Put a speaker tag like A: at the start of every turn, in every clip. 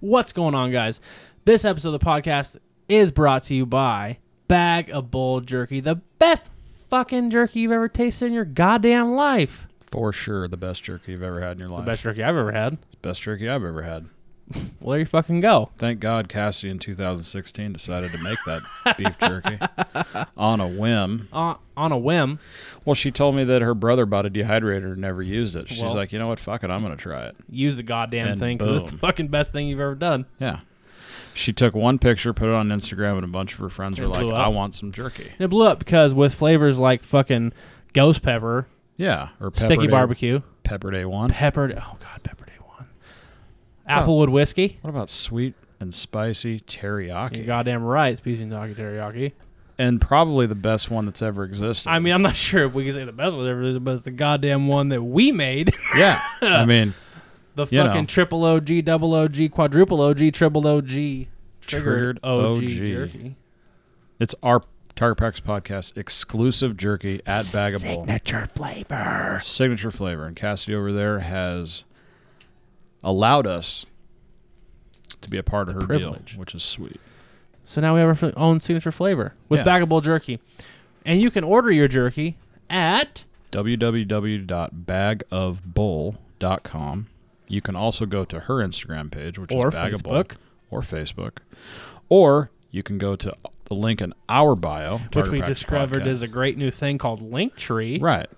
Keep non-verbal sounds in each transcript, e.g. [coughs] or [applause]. A: What's going on, guys? This episode of the podcast is brought to you by Bag of Bull Jerky, the best fucking jerky you've ever tasted in your goddamn life.
B: For sure, the best jerky you've ever had in your
A: The
B: life.
A: best jerky I've ever had.
B: It's the best jerky I've ever had.
A: Well, there you fucking go.
B: Thank God Cassie in 2016 decided to make
A: [laughs]
B: that beef jerky on a whim.
A: Uh, on a whim.
B: Well, she told me that her brother bought a dehydrator and never used it. She's
A: Well-
B: like, you know what? Fuck it. I'm going to try it.
A: use the goddamn
B: And
A: thing because it's the
B: boom.
A: fucking best thing you've ever done.
B: Yeah. She took one picture, put it on Instagram, and a bunch of her friends
A: It
B: were like,
A: blew up.
B: I want some jerky.
A: And it blew up because with flavors like fucking ghost pepper,
B: Yeah. Or
A: sticky
B: Pepperday-
A: barbecue,
B: Pepper Day 1.
A: peppered, oh god, pepper day one, applewood whiskey.
B: What about sweet and spicy teriyaki?
A: You're goddamn right, it's Pigeon Doggy Teriyaki.
B: and probably the best one that's ever existed.
A: I mean, I'm not [laughs] sure if we can say the best one ever, but it's the goddamn one that we made. [laughs]
B: yeah. I mean,
A: the
B: You know.
A: fucking triple OG, double OG, quadruple OG, triple OG, triggered
B: Triggered
A: OG,
B: OG.
A: jerky.
B: It's our Tire Packs podcast exclusive jerky at Bagable.
A: Signature flavor.
B: Signature flavor. And Cassidy over there has allowed us to be a part of her
A: privilege.
B: deal, which is sweet.
A: So now we have our f- own signature flavor with
B: Yeah.
A: Bagable Jerky. And you can order your jerky at
B: www.bagofbull.com. You can also go to her Instagram page, which
A: Or
B: is Bagable.
A: Facebook.
B: Or Facebook. Or you can go to the link in our bio,
A: which
B: Tire
A: we
B: Packs
A: discovered is
B: podcast.
A: a great new thing called Linktree.
B: Right.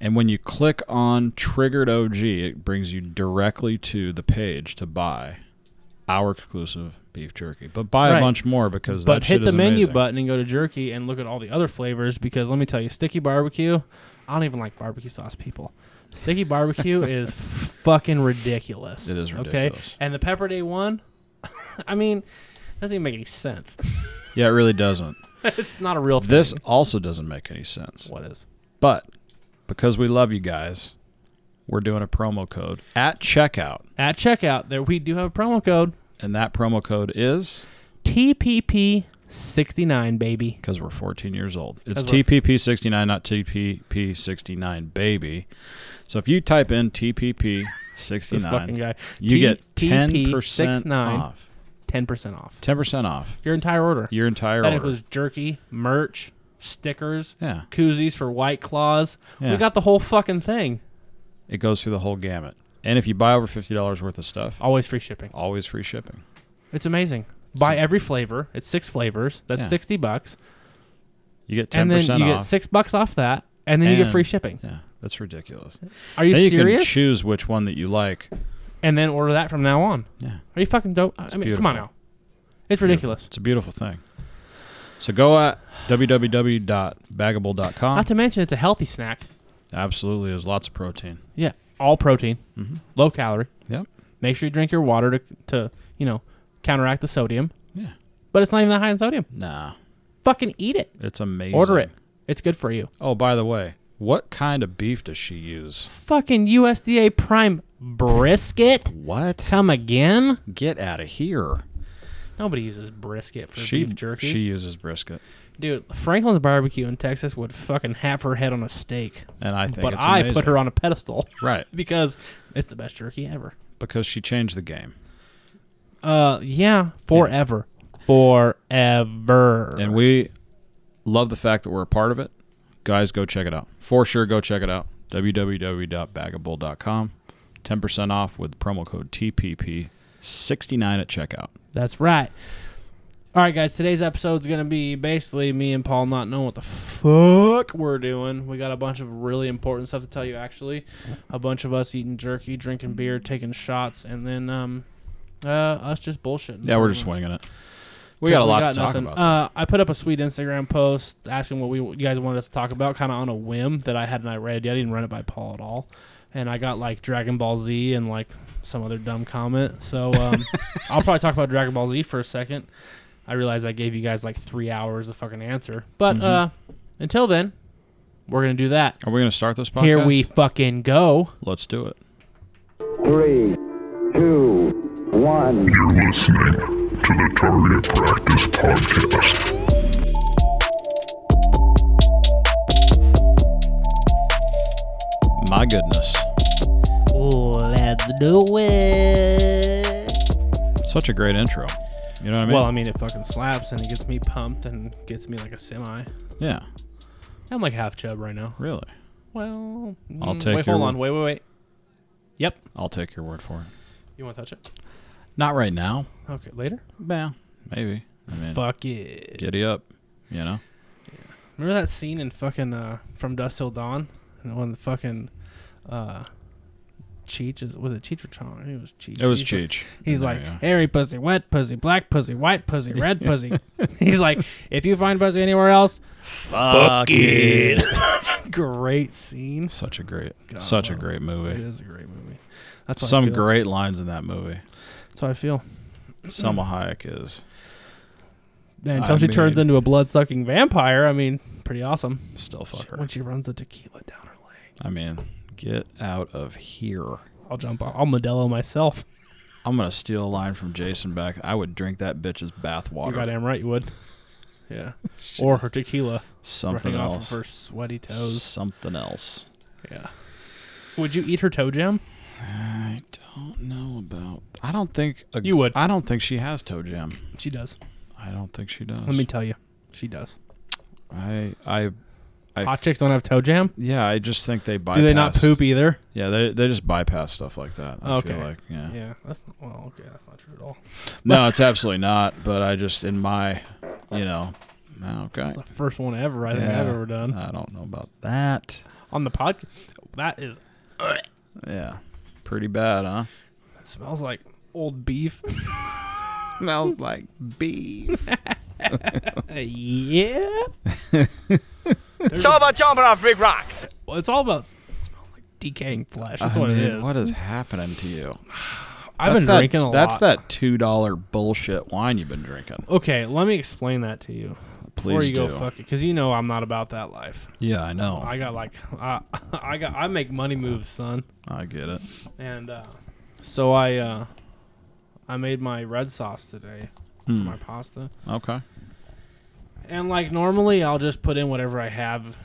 B: And when you click on Triggered OG, it brings you directly to the page to buy our exclusive beef jerky. But buy
A: Right.
B: a bunch more because
A: But
B: that
A: hit
B: shit
A: the
B: is
A: menu
B: amazing.
A: button and go to jerky and look at all the other flavors because let me tell you, sticky barbecue, I don't even like barbecue sauce people. Sticky
B: [laughs]
A: barbecue is fucking ridiculous.
B: It is
A: Okay?
B: ridiculous.
A: And the pepper day one, [laughs] I mean, doesn't even make any sense. [laughs]
B: Yeah, it really doesn't.
A: it's not a real thing.
B: This also doesn't make any sense.
A: what is?
B: But because we love you guys, we're doing a promo code at checkout.
A: At checkout, there we do have a promo code.
B: And that promo code is
A: TPP69, baby.
B: because we're 14 years old. It's
A: That's what-
B: TPP69, not TPP69, baby. So if you type in
A: This fucking
B: TPP69,
A: guy.
B: you get 10%
A: 69,
B: off.
A: 10% off.
B: 10% off
A: Your entire order.
B: your entire
A: that
B: order.
A: includes jerky, merch, stickers,
B: yeah,
A: koozies for White Claws. We
B: Yeah.
A: got the whole fucking thing.
B: it goes through the whole gamut. And if you buy over $50 worth of stuff,
A: Always free shipping.
B: always free shipping.
A: It's amazing. Buy every flavor. It's six flavors. That's
B: Yeah.
A: 60 bucks.
B: You get 10%
A: And then you get
B: off.
A: six bucks off that. And then you get
B: And-
A: free shipping.
B: yeah, that's ridiculous.
A: Are you
B: then you
A: serious?
B: can choose which one that you like.
A: and then order that from now on.
B: Yeah.
A: Are you fucking dope? I mean, come on
B: beautiful.
A: now. It's ridiculous.
B: It's a beautiful thing. So go at www.bagable.com.
A: Not to mention, it's a healthy snack.
B: Absolutely, there's lots of protein.
A: Yeah, all protein,
B: Mm-hmm.
A: low calorie.
B: Yep.
A: Make sure you drink your water to, to you know counteract the sodium.
B: Yeah.
A: But it's not even that high in sodium.
B: Nah,
A: Fucking eat it.
B: it's amazing.
A: Order it. It's good for you.
B: Oh, by the way, what kind of beef does she use?
A: Fucking USDA Prime brisket.
B: What?
A: Come again?
B: Get out of here.
A: Nobody uses brisket for
B: She
A: beef jerky.
B: She uses brisket,
A: Dude, Franklin's barbecue in Texas would fucking have her head on a stake.
B: and I think
A: But
B: it's
A: I
B: amazing.
A: put her on a pedestal [laughs]
B: right
A: because it's the best jerky ever.
B: because she changed the game,
A: Uh, yeah, forever, forever.
B: and we love the fact that we're a part of it. Guys, go check it out for sure. Go check it out. www.bagable.com. Ten percent off with promo code TPP sixty nine at checkout.
A: That's right. All right, guys. Today's episode's gonna be basically me and Paul not knowing what the fuck we're doing. We got a bunch of really important stuff to tell you. Actually, a bunch of us eating jerky, drinking beer, taking shots, and then um, uh, us just bullshitting.
B: Yeah, we're
A: pretty
B: just
A: much.
B: winging it. We got a
A: 'Cause
B: lot to talk
A: nothing.
B: about.
A: Uh, I put up a sweet Instagram post asking what we you guys wanted us to talk about, kind of on a whim that I hadn't I read yet. I didn't run it by Paul at all, and I got like Dragon Ball Z and like some other dumb comment. So
B: [laughs]
A: um, I'll probably talk about Dragon Ball Z for a second. I realize I gave you guys like three hours to fucking answer, but
B: Mm-hmm.
A: uh, until then, we're gonna do that.
B: Are we going to start this podcast?
A: Here we fucking go.
B: Let's do it.
C: Three, two, one.
D: listening to the Target Practice Podcast.
B: My goodness.
A: Let's do it.
B: Such a great intro. You know what I mean?
A: Well, I mean, it fucking slaps and it gets me pumped and gets me like a semi.
B: yeah,
A: I'm like half chub right now.
B: really.
A: Well,
B: I'll
A: mm,
B: take
A: wait,
B: your
A: hold
B: word.
A: on. Wait, wait, wait. Yep.
B: I'll take your word for it.
A: You want to touch it?
B: Not right now.
A: Okay, later.
B: Yeah, maybe. I mean,
A: Fuck it.
B: giddy up. You know?
A: Remember that scene in fucking uh, from Dust Till Dawn, and when the fucking uh, Cheech is was it Cheech or Chong? It was Cheech.
B: It was
A: He's like-
B: Cheech.
A: He's
B: There
A: like
B: you go.
A: hairy pussy, wet pussy, black pussy, white pussy,
B: [laughs]
A: red pussy. He's like, if you find pussy anywhere else,
B: fuck it.
A: great scene.
B: [laughs] Such a great,
A: God
B: such a
A: love
B: great
A: It
B: movie.
A: is a great movie. That's how I
B: Some
A: feel.
B: great lines in that movie.
A: That's how I feel.
B: Selma
A: Mm.
B: Hayek is
A: Man, until
B: I
A: she turns
B: mean-
A: into a blood sucking vampire, I mean, pretty awesome.
B: still
A: She-
B: fucker.
A: when she runs the tequila down her leg,
B: I mean, get out of here.
A: I'll jump. Off. I'll Modelo myself.
B: I'm gonna steal a line from Jason back. I would drink that bitch's
A: You're
B: bathwater.
A: goddamn right you
B: [laughs]
A: would. Yeah. or her tequila.
B: Something
A: running
B: else.
A: off of her sweaty toes.
B: Something else.
A: Yeah. Would you eat her toe jam?
B: I don't know about. I don't think a-
A: You would.
B: I don't think she has toe jam.
A: She does.
B: I don't think she does.
A: Let me tell you. She does.
B: I I I-
A: Hot chicks don't have toe jam?
B: yeah. I just think they bypass.
A: Do they not poop either?
B: Yeah, they they just bypass stuff like that. I feel
A: Okay.
B: like yeah.
A: Yeah. That's well, okay, that's not true at all.
B: No, it's absolutely not. But I just in my, you know, no, okay.
A: It's the first one ever I think I've
B: Yeah.
A: ever done.
B: I don't know about that.
A: On the podcast. That is
B: Yeah, pretty bad, huh?
A: that smells like old beef.
B: Smells like beef.
A: [laughs] yeah.
E: It's all about jumping off big rocks.
A: Well, it's all about it smells like decaying flesh. [laughs] That's
B: I
A: what
B: mean,
A: it is.
B: What is happening to you?
A: I've
B: That's
A: been
B: that-
A: drinking a
B: That's
A: lot.
B: that two dollar bullshit wine you've been drinking.
A: Okay, let me explain that to you. before
B: Please
A: you
B: do.
A: go fuck it, because you know I'm not about that life.
B: Yeah, I know.
A: I got like, [laughs] I, I got, I make money moves, son.
B: I get it.
A: And uh, so I, uh, I made my red sauce today for my pasta.
B: Hmm. Okay.
A: And like normally, I'll just put in whatever I have,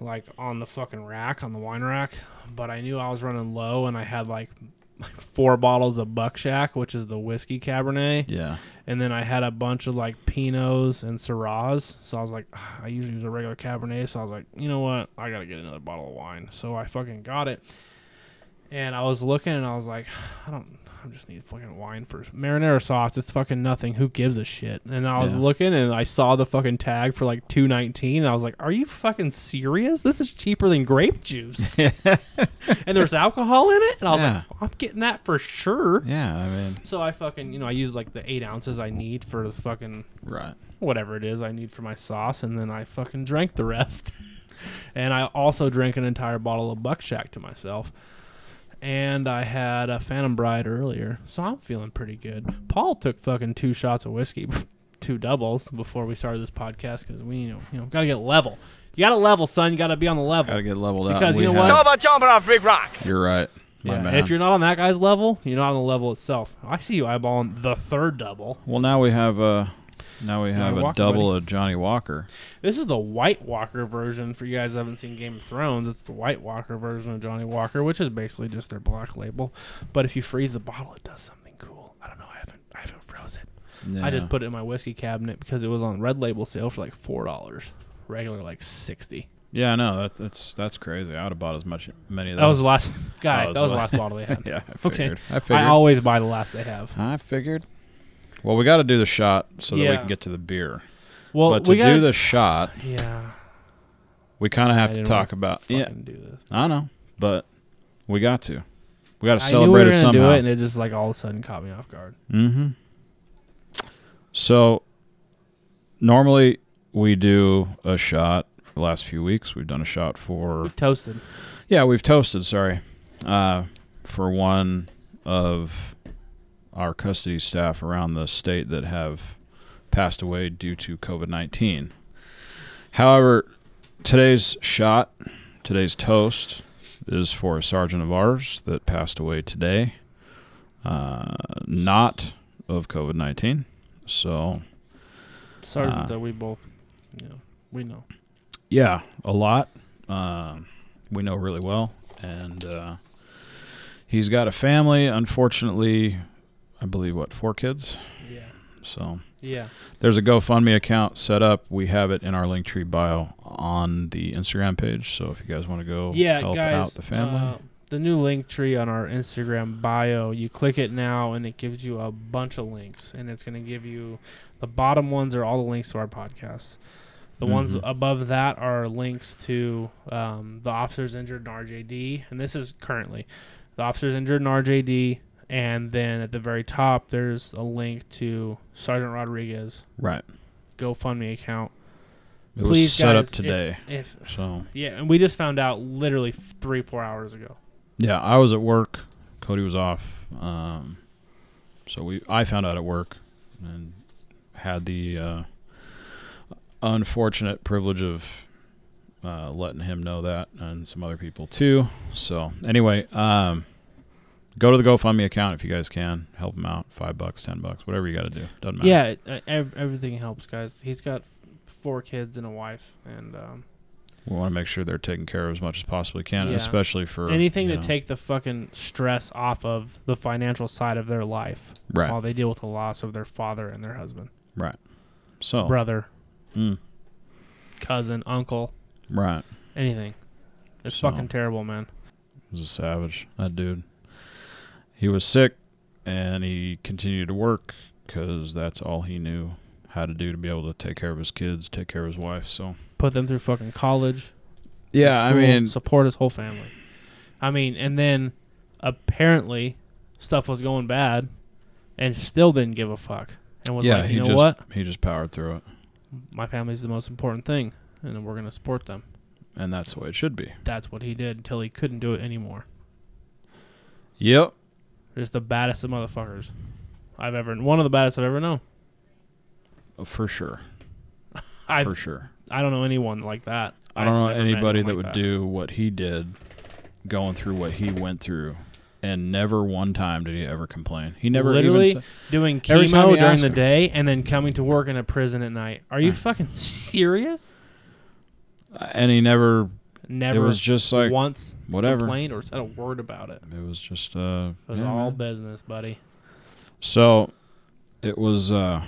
A: like on the fucking rack, on the wine rack. But I knew I was running low, and I had like, [laughs] like four bottles of Buckshack, which is the whiskey Cabernet. [laughs]
B: Yeah.
A: and then I had a bunch of like Pinots and Syrahs. So I was like, "Ugh, I usually use a regular Cabernet. So I was like, you know what? I gotta get another bottle of wine. So I fucking got it. And I was looking, and I was like, I don't. I just need fucking wine for marinara sauce. It's fucking nothing. Who gives a shit? And I was
B: Yeah.
A: looking, and I saw the fucking tag for like two nineteen. And I was like, Are you fucking serious? This is cheaper than grape
B: [laughs]
A: juice. and there's alcohol in it. And I was
B: Yeah.
A: like, I'm getting that for sure.
B: Yeah, I mean,
A: So I fucking, you know, I use like the eight ounces I need for the fucking
B: right.
A: whatever it is I need for my sauce, and then I fucking drank the rest. [laughs] and I also drank an entire bottle of Buckshack to myself. And I had a Phantom Bride earlier, so I'm feeling pretty good. Paul took fucking two shots of whiskey, [laughs] two doubles before we started this podcast because we, you know, you know, gotta get level. You gotta level, son. You gotta be on the level.
B: Got to get leveled up.
A: Because
B: We
A: you know
B: have-
A: what?
E: It's all about jumping off big rocks.
B: You're right. My
A: Yeah,
B: man.
A: If you're not on that guy's level, you're not on the level itself. I see you eyeballing the third double.
B: well, now we have uh now we have a
A: Walker,
B: double
A: buddy.
B: of Johnny Walker.
A: This is the White Walker version. For you guys that haven't seen Game of Thrones, it's the White Walker version of Johnny Walker, which is basically just their black label. But if you freeze the bottle, it does something cool. I don't know. I haven't. I haven't froze it.
B: Yeah.
A: I just put it in my whiskey cabinet because it was on red label sale for like four dollars. Regular like sixty.
B: Yeah, I know. That, that's that's crazy. I would have bought as much many of those.
A: That was the last guy.
B: was
A: that was the
B: what-
A: last bottle they had.
B: [laughs] yeah, I
A: Okay.
B: figured. I figured.
A: I always buy the last they have.
B: I figured. Well, we got to do the shot so that we
A: Yeah.
B: can get to the beer.
A: Well,
B: but to
A: we got
B: do the shot,
A: Yeah.
B: we kind of have
A: I
B: to
A: didn't
B: talk
A: wanna
B: about.
A: Fucking
B: Yeah,
A: do this.
B: I know, but we got to. We got to
A: I knew we
B: celebrate
A: were
B: it
A: gonna
B: somehow.
A: do it, and it just like all of a sudden caught me off guard.
B: mm-hmm. So normally we do a shot. The last few weeks we've done a shot for.
A: We toasted.
B: Yeah, we've toasted. Sorry, uh, for one of our custody staff around the state that have passed away due to COVID nineteen. However, today's shot, today's toast, is for a sergeant of ours that passed away today, uh, not of COVID nineteen. So
A: sergeant
B: Uh,
A: that we both, you know, we know.
B: Yeah, a lot. Um, we know really well, and uh, he's got a family. Unfortunately, I believe, what, four kids?
A: Yeah.
B: So
A: Yeah.
B: there's a GoFundMe account set up. We have it in our Linktree bio on the Instagram page. So if you guys want to go
A: yeah,
B: help
A: guys.
B: out the family,
A: uh, the new link tree on our Instagram bio. You click it now, and it gives you a bunch of links, and it's going to give you the bottom ones are all the links to our podcast. The ones
B: Mhm.
A: above that are links to um, the officers injured in RJD, and this is currently the officers injured in RJD. And then at the very top, there's a link to Sergeant Rodriguez
B: right.
A: GoFundMe account.
B: It was set
A: guys,
B: up
A: if-
B: today.
A: if
B: so
A: yeah, and we just found out literally f- three, four hours ago.
B: yeah, I was at work. Cody was off. Um, so we I found out at work and had the uh, unfortunate privilege of uh, letting him know that and some other people too. So anyway, um, go to the GoFundMe account if you guys can help him out. Five bucks, ten bucks, whatever you got to do. Doesn't matter.
A: Yeah, uh, ev- everything helps, guys. He's got four kids and a wife, and um,
B: we want to make sure they're taken care of as much as possibly can,
A: Yeah.
B: especially for
A: anything
B: you
A: to
B: know,
A: take the fucking stress off of the financial side of their life
B: Right,
A: while they deal with the loss of their father and their husband,
B: right. So
A: brother,
B: mm,
A: cousin, uncle,
B: right.
A: anything. It's
B: So-
A: fucking terrible, man.
B: was a savage. That dude. He was sick, and he continued to work because that's all he knew how to do to be able to take care of his kids, take care of his wife. So
A: Put them through fucking college.
B: yeah, I
A: school,
B: mean,
A: support his whole family. I mean, and then apparently stuff was going bad, and still didn't give a fuck, and was
B: yeah,
A: like,
B: he
A: you know
B: just
A: what?
B: he just powered through it,
A: my family's the most important thing, and we're gonna support them.
B: and that's the way it should be.
A: That's what he did until he couldn't do it anymore.
B: Yep.
A: Just the baddest of motherfuckers I've ever, one of the baddest I've ever known.
B: Oh, For sure.
A: I
B: for sure.
A: I don't know anyone like that.
B: I don't know
A: I've never met
B: anybody that
A: anyone
B: would
A: like
B: do what he did, going through what he went through, and never one time did he ever complain. He never
A: Literally,
B: even said,
A: doing
B: Every time we
A: chemo during
B: ask
A: the
B: him.
A: day and then coming to work in a prison at night. Are you
B: Mm.
A: fucking [laughs] serious?
B: and he never.
A: Never.
B: it was just like
A: once
B: whatever.
A: complained or said a word about it.
B: It was just uh,
A: It was
B: yeah,
A: all
B: man.
A: business, buddy.
B: So it was uh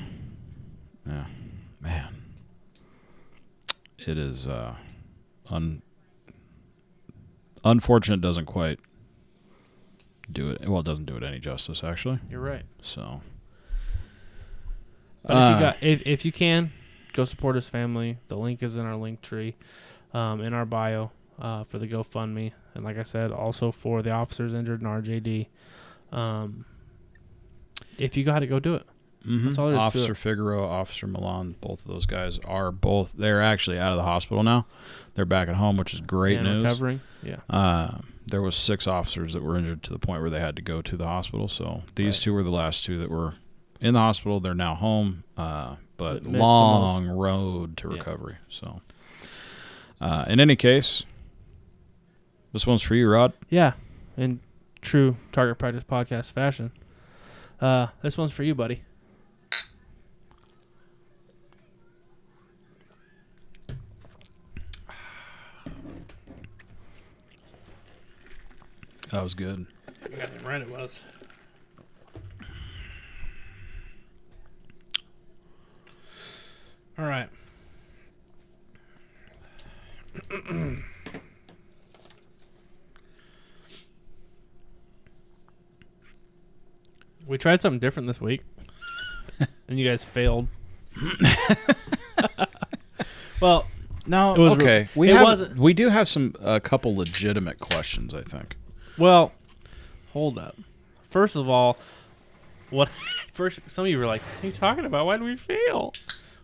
B: yeah, man. It is uh un unfortunate doesn't quite do it well it doesn't do it any justice actually.
A: You're right.
B: So
A: But if
B: Uh,
A: you got if, if you can, go support his family. The link is in our link tree, um, in our bio uh, for the GoFundMe, and like I said, also for the officers injured in RJD. Um, if you got it, go do it.
B: mhm.
A: That's all there is to
B: Officer
A: it.
B: Figueroa, Officer Milan, both of those guys are both they're actually out of the hospital now. They're back at home, which is great
A: and
B: news.
A: recovering. Yeah,
B: Uh, there was six officers that were injured to the point where they had to go to the hospital. So these
A: Right.
B: two were the last two that were in the hospital. They're now home, uh,
A: That
B: but
A: missed the
B: long road to
A: Yeah.
B: recovery. So, uh, in any case, this one's for you, Rod.
A: yeah. In true target practice podcast fashion, uh, this one's for you, buddy.
B: That was good.
A: Right, it was. All right. [clears throat] we tried something different this week, and you guys failed. [laughs] well,
B: No,
A: It was
B: okay.
A: real-
B: we
A: it
B: have
A: wasn't-
B: we do have some a couple legitimate questions. I think.
A: Well, hold up. First of all, what? [laughs] First, some of you were like, "What are you talking about? Why did we fail?"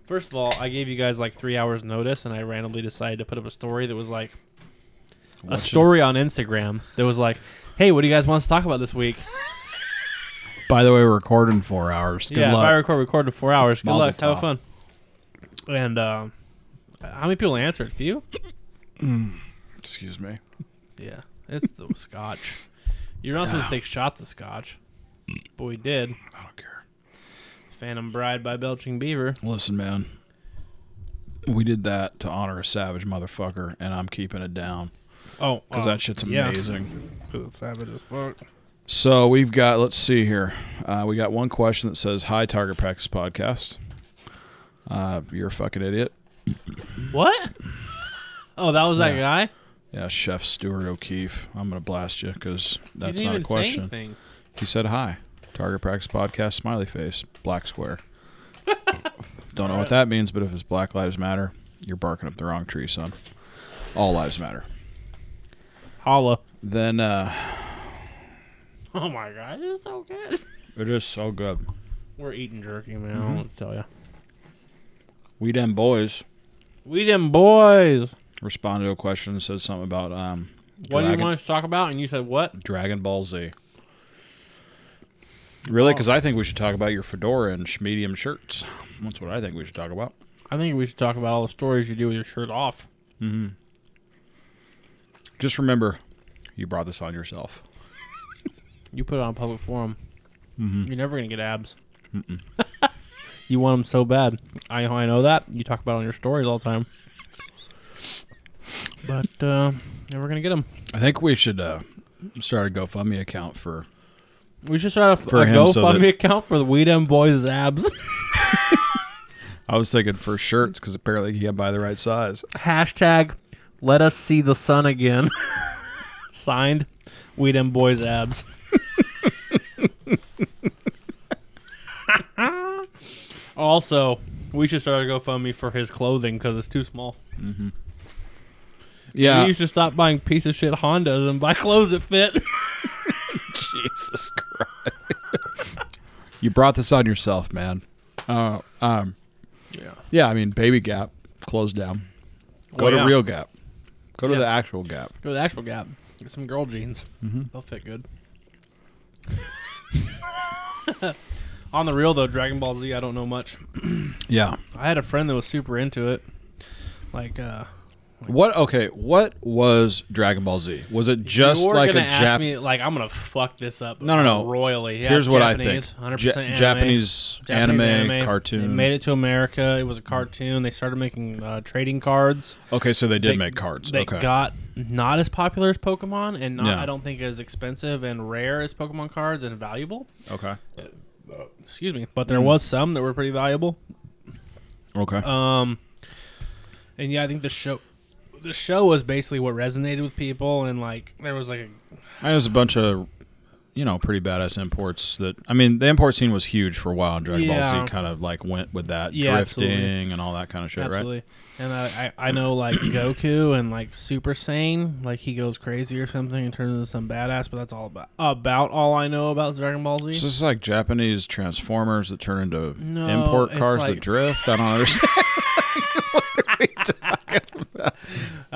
A: First of all, I gave you guys like three hours notice, and I randomly decided to put up a story that was like a
B: What should-
A: story on Instagram that was like, "Hey, what do you guys want us to talk about this week?"
B: By the way, we're recording four hours. Good
A: yeah, if
B: luck.
A: I record record in four hours. Good
B: Mazel
A: luck. Have
B: tov.
A: fun. And um, how many people answered? Few.
B: Excuse me.
A: Yeah, it's the scotch. You're not supposed to take shots of scotch, but we did.
B: I don't care.
A: Phantom Bride by Belching Beaver.
B: Listen, man. We did that to honor a savage motherfucker, and I'm keeping it down
A: Oh,
B: because
A: um,
B: that shit's
A: yeah.
B: amazing.
A: It's savage as fuck.
B: So we've got, let's see here. Uh, Uh, we got one question that says, "Hi, Target Practice Podcast." Uh, you're a fucking idiot.
A: What? [laughs] Oh, that was that guy.
B: Yeah, Chef Stuart O'Keefe. I'm gonna blast you because
A: He
B: that's
A: didn't
B: not a
A: even say
B: question.
A: anything.
B: He said, "Hi, Target Practice Podcast." Smiley face, black
A: [laughs]
B: square. Don't know what that means, but if it's Black Lives Matter, you're barking up the wrong tree, son. All lives matter.
A: Holla.
B: Then uh,
A: Oh my god, it's so good.
B: it is so good.
A: [laughs] We're eating jerky, man.
B: Mm-hmm.
A: I don't know what to tell you.
B: We them boys
A: We them boys.
B: responded to a question and said something about um,
A: What do you
B: dragon-
A: want us to talk about? And you said what?
B: Dragon Ball Z. Really? Because I think we should talk about your fedora and sh- medium shirts. That's what I think we should talk about.
A: I think we should talk about all the stories you do with your shirt off.
B: Mm-hmm. Just remember, you brought this on yourself.
A: You put it on a public forum.
B: Mm-hmm.
A: You're never gonna get abs. [laughs] you want them so bad. I I know that. You talk about it on your stories all the time. But uh, never gonna get them.
B: I think we should uh, start a GoFundMe account for.
A: We should start a,
B: For
A: a
B: him, so
A: GoFundMe
B: that-
A: account for the Weed M Boys abs. [laughs]
B: I was thinking for shirts because apparently he got by the right size.
A: Hashtag Let us see the sun again. [laughs] Signed, Weed M Boys abs. [laughs] also, we should start a GoFundMe for his clothing because it's too small.
B: Yeah.
A: We used to stop buying piece of shit Hondas and buy [laughs] clothes that fit.
B: [laughs] Jesus Christ. you brought this on yourself, man. Uh, um,
A: Yeah.
B: Yeah, I mean, Baby Gap closed down. Go
A: Well,
B: to
A: Oh, yeah.
B: Real Gap. Go to
A: Yeah.
B: the actual Gap.
A: Go to the actual Gap. Get some girl jeans.
B: Mm-hmm.
A: They'll fit good. [laughs] On the real though, Dragon Ball Z, I don't know much.
B: Yeah.
A: I had a friend that was super into it. Like, uh,
B: What? Okay. What was Dragon Ball Z? Was it just
A: you're
B: like a
A: gonna ask
B: Jap?
A: me, like I'm gonna fuck this up.
B: No, no, no.
A: Royally. Yeah,
B: Here's what
A: Japanese,
B: I think.
A: 100%
B: Ja-
A: anime.
B: Japanese,
A: Japanese
B: anime,
A: They
B: cartoon.
A: made it to America. It was a cartoon. They started making uh, trading cards.
B: okay, so they did
A: that-
B: make cards.
A: that
B: okay.
A: got not as popular as Pokemon, and not
B: Yeah.
A: I don't think as expensive and rare as Pokemon cards and valuable.
B: okay.
A: Excuse me, but there
B: Mm.
A: was some that were pretty valuable.
B: Okay.
A: Um, and yeah, I think the show, the show was basically what resonated with people, and like there was like a
B: I was a bunch of, you know, pretty badass imports that. I mean, the import scene was huge for a while, and Dragon Ball
A: Yeah.
B: Z kind of like went with that
A: Yeah,
B: drifting
A: absolutely.
B: and all that kind of shit,
A: absolutely.
B: right?
A: And I, I, I know
B: [coughs]
A: like Goku and like Super Saiyan, like he goes crazy or something and turns into some badass. But that's all about about all I know about Dragon Ball Z.
B: So this is like Japanese Transformers that turn into
A: No,
B: import
A: it's
B: cars that
A: like- [laughs]
B: drift. I don't understand.
A: I
B: Uh,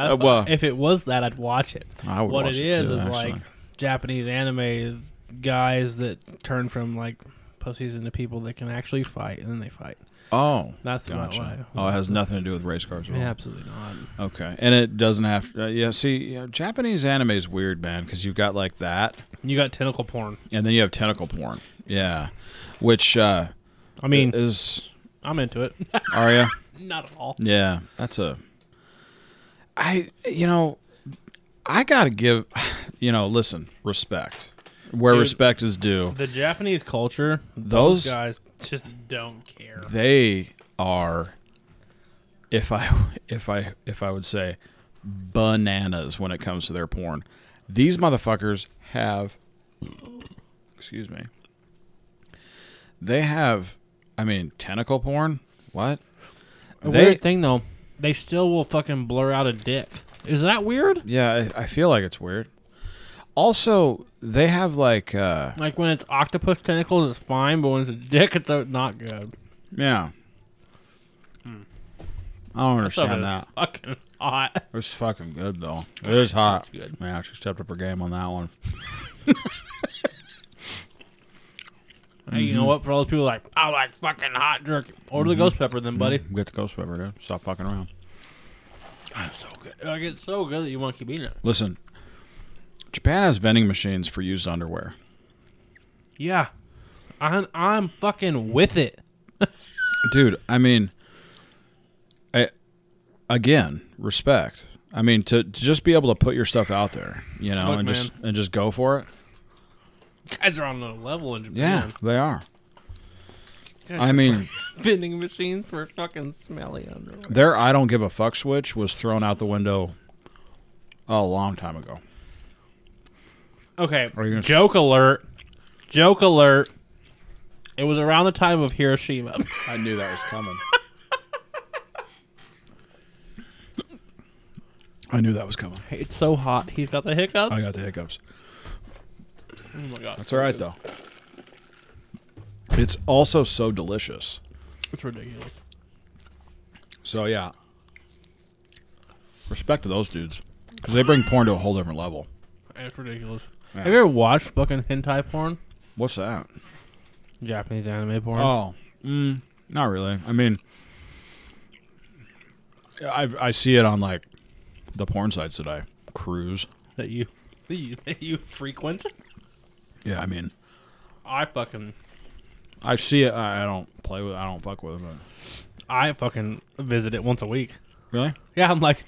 A: thought
B: well-
A: if it was that, I'd watch it.
B: I would
A: what
B: watch
A: it
B: it
A: is
B: too,
A: is like
B: actually.
A: Japanese anime guys that turn from like pussies into people that can actually fight, and then they fight.
B: Oh,
A: That's not
B: gotcha.
A: what I-
B: Oh, it has nothing to do with race cars. At all.
A: Absolutely not.
B: Okay, and it doesn't have. Uh, yeah, see, you know, Japanese anime is weird, man, because you've got like that,
A: You got tentacle porn.
B: and then you have tentacle porn. Yeah, which uh,
A: I mean,
B: is
A: I'm into
B: [laughs]
A: it.
B: Arya.
A: not at all.
B: Yeah, that's a. I you know, I gotta give, [sighs] you know, listen, respect where
A: Dude.
B: respect is due.
A: The Japanese culture,
B: Those
A: those guys just don't care.
B: they are, if I [laughs] if I if I would say, bananas when it comes to their porn. These motherfuckers have, excuse me. They have, I mean, tentacle porn. What?
A: A
B: They-
A: weird thing though, they still will fucking blur out a dick. Is that weird?
B: Yeah, I, I feel like it's weird. Also, they have like uh
A: Like when it's octopus tentacles, it's fine, but when it's a dick, it's uh, not good.
B: yeah. I don't
A: Stuff
B: understand
A: is
B: that.
A: Fucking hot.
B: It's fucking good though. It is hot. Good. Yeah, she stepped up her game on that one.
A: Hey, you
B: Mm-hmm.
A: know what? For all those people like, I like fucking hot jerky. Order the ghost pepper then, buddy.
B: Get the ghost pepper, dude. Stop fucking around. Mm-hmm.
A: so good. Like it's so good that you want to keep eating it.
B: Listen, Japan has vending machines for used underwear.
A: Yeah, I'm I'm fucking with it.
B: dude i mean I, again respect i mean to, to just be able to put your stuff out there you know
A: Look,
B: and just and just go for it
A: guys are on another level in
B: Yeah,
A: Japan.
B: they are.
A: Yeah.
B: I mean,
A: [laughs] vending machines for fucking smelly underwear.
B: their I don't give a fuck switch was thrown out the window a long time ago.
A: Okay.
B: Are you gonna-
A: Joke alert. Joke alert. It was around the time of Hiroshima. [laughs]
B: I knew that was coming. I knew that was coming.
A: it's so hot. He's got the hiccups.
B: I got the hiccups.
A: Oh my god.
B: That's all right though. It's also so delicious.
A: It's ridiculous.
B: So yeah, respect to those dudes because they bring porn to a whole different level.
A: It's ridiculous.
B: Yeah.
A: Have you ever watched fucking hentai porn?
B: What's that?
A: Japanese anime porn.
B: Oh, mm, not really. I mean, I I see it on like the porn sites that I cruise.
A: That you that you, [laughs] that you frequent?
B: Yeah, I mean,
A: I fucking
B: I see it. I, I don't play with. I don't fuck with it. But
A: I fucking visit it once a week.
B: really,
A: Yeah, I'm like,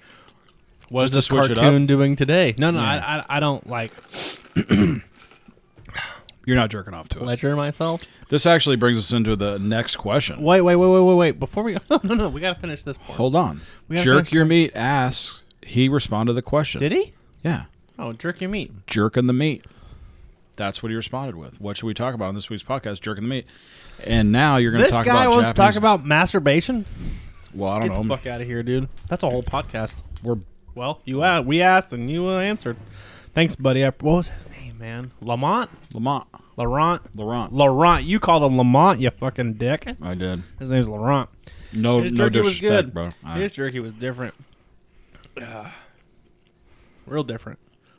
A: what is
B: Just to
A: this
B: switch it up?
A: cartoon doing today? No, no,
B: Yeah.
A: I, I, I don't like
B: you're not jerking off to it.
A: ledger myself.
B: This actually brings us into the next question.
A: Wait, wait, wait, wait, wait, wait. Before we [laughs] no, no, no, we gotta finish this porn.
B: Hold on.
A: We gotta
B: Jerk
A: finish
B: your meat asks. He responded to the question.
A: Did he?
B: Yeah.
A: Oh, jerk your meat.
B: jerking the meat. That's what he responded with. What should we talk about on this week's podcast? Jerking the meat. And now you're going to
A: This
B: talk
A: guy
B: about
A: wants to
B: Japanese.
A: talk about masturbation.
B: well, I
A: Get
B: don't
A: the
B: know.
A: fuck out of here, dude. That's a whole podcast.
B: We're
A: Well, you a we asked and you uh, answered. Thanks, buddy. I, what was his name, man? Lamont,
B: Lamont,
A: Laurent,
B: Laurent.
A: Laurent. You called him Lamont, you fucking dick.
B: I did.
A: His name's Laurent.
B: No,
A: His
B: no
A: jerky was
B: disrespect,
A: good,
B: bro. I-
A: His jerky was different. Ah, real different.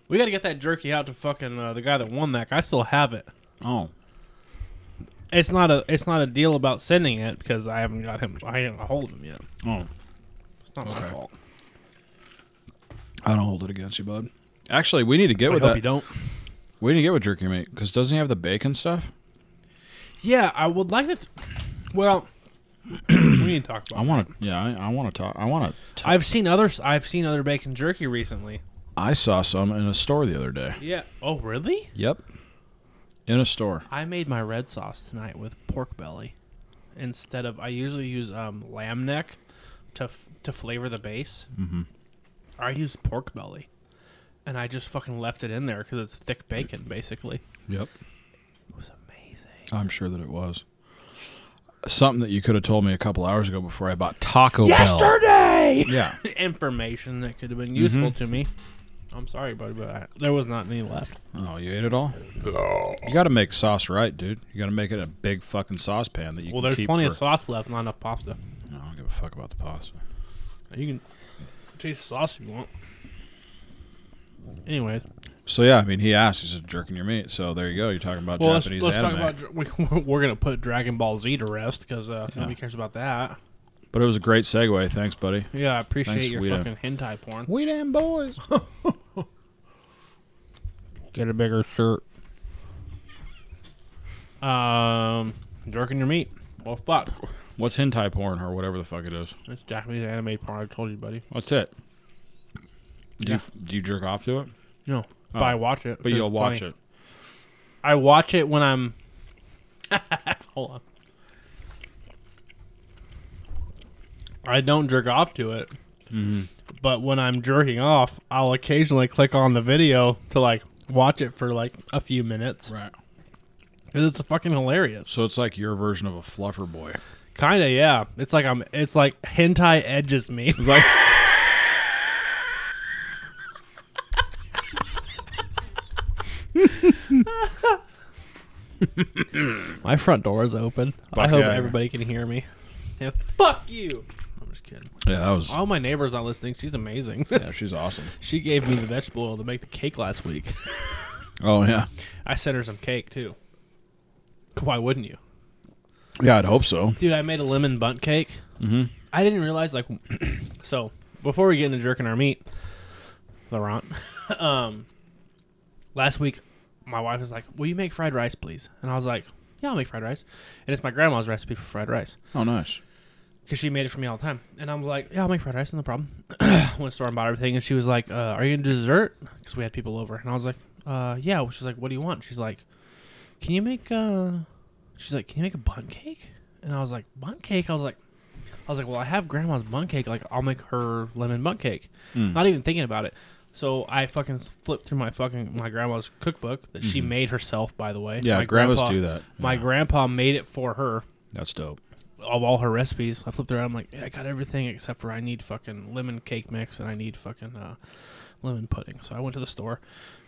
A: We got to get that jerky out to fucking uh, the guy that won that. I still have it.
B: oh,
A: It's not a it's not a deal about sending it because I haven't got him. I haven't got hold of him yet.
B: oh.
A: It's not my
B: Okay.
A: fault.
B: I don't hold it against you, bud. Actually, we need to get
A: I
B: with
A: hope
B: that.
A: you don't.
B: We need to get with jerky meat because doesn't he have the bacon stuff?
A: Yeah, I would like to. Well, [coughs] we need to talk
B: I
A: about. it.
B: want to. Yeah, I, I want to talk. I want to.
A: I've seen other I've seen other bacon jerky recently.
B: I saw some in a store the other day.
A: Yeah. Oh, really?
B: Yep. In a store.
A: I made my red sauce tonight with pork belly instead of I usually use um, lamb neck to f- to flavor the base. Mm-hmm. I used pork belly, and I just fucking left it in there because it's thick bacon basically.
B: Yep.
A: It was amazing.
B: I'm sure that it was. Something that you could have told me a couple hours ago before I bought Taco Bell.
A: Yesterday,
B: Yeah.
A: [laughs] information that could have been useful to me. I'm sorry, buddy, but I, there was not any left.
B: Oh, you ate it all? You got to make sauce right, dude. You got to make it in a big fucking saucepan that you
A: Well,
B: can
A: there's
B: keep
A: plenty
B: for,
A: of sauce left, not enough pasta.
B: I don't give a fuck about the pasta.
A: You can taste sauce if you want. Anyways.
B: So yeah, I mean, he asked. He said, "Jerking your meat." So there you go. You're talking about
A: Well, let's,
B: Japanese
A: let's talk
B: anime,
A: about. dra- [laughs] We, we're gonna put Dragon Ball Z to rest because uh,
B: Yeah.
A: nobody cares about that.
B: but it was a great segue. Thanks, buddy.
A: Yeah, I appreciate
B: Thanks,
A: your
B: Guido.
A: fucking hentai porn.
B: We damn boys.
A: Get a bigger shirt. Um, jerking your meat. Well, fuck.
B: What's hentai porn or whatever the fuck it is?
A: It's Japanese anime porn. I told you, buddy.
B: What's it? Do
A: Yeah.
B: you do you jerk off to it?
A: No, but I watch it.
B: Oh. But you'll watch it.
A: I watch it when I'm. [laughs] Hold on. I don't jerk off to it.
B: Mm-hmm.
A: But when I'm jerking off, I'll occasionally click on the video to like watch it for like a few minutes
B: Right.
A: because it's fucking hilarious.
B: So it's like your version of a fluffer boy.
A: Kinda, yeah. It's like I'm. It's like hentai edges me. [laughs]
B: Like
A: My front door is open. I
B: Fuck
A: hope
B: yeah.
A: everybody can hear me. Yeah, fuck you. I'm just kidding.
B: yeah, that was
A: All my neighbors not listening. She's amazing.
B: Oh.
A: [laughs]
B: yeah, she's awesome.
A: she gave me the vegetable oil to make the cake last week. [laughs]
B: Oh yeah,
A: I sent her some cake too. Why wouldn't you,
B: yeah, I'd hope so.
A: dude? I made a lemon bunt cake. Mm-hmm. I didn't realize like, [clears throat] so before we get into jerking our meat, Laurent, [laughs] um, last week my wife was like, "Will you make fried rice, please?" And I was like, "Yeah, I'll make fried rice." And it's my grandma's recipe for fried rice
B: Oh nice.
A: because she made it for me all the time. And I was like, "Yeah, I'll make fried rice, no problem." [clears throat] Went to the store and bought everything, and she was like, uh, "Are you gonna do dessert?" Because we had people over, and I was like, uh, "Yeah." She's like, "What do you want?" She's like, can you make uh she's like can you make a bun cake and i was like bun cake i was like i was like well i have grandma's bun cake like i'll make her lemon bun cake
B: Hmm.
A: not even thinking about it so i fucking flipped through my fucking my grandma's cookbook that she made herself by the way
B: Mm-hmm. Yeah,
A: my
B: grandmas do that.
A: my
B: Yeah.
A: grandpa made it for her
B: That's dope.
A: of all her recipes, I flipped around. I'm like, yeah, I got everything except for I need fucking lemon cake mix and I need fucking uh, lemon pudding. So I went to the store,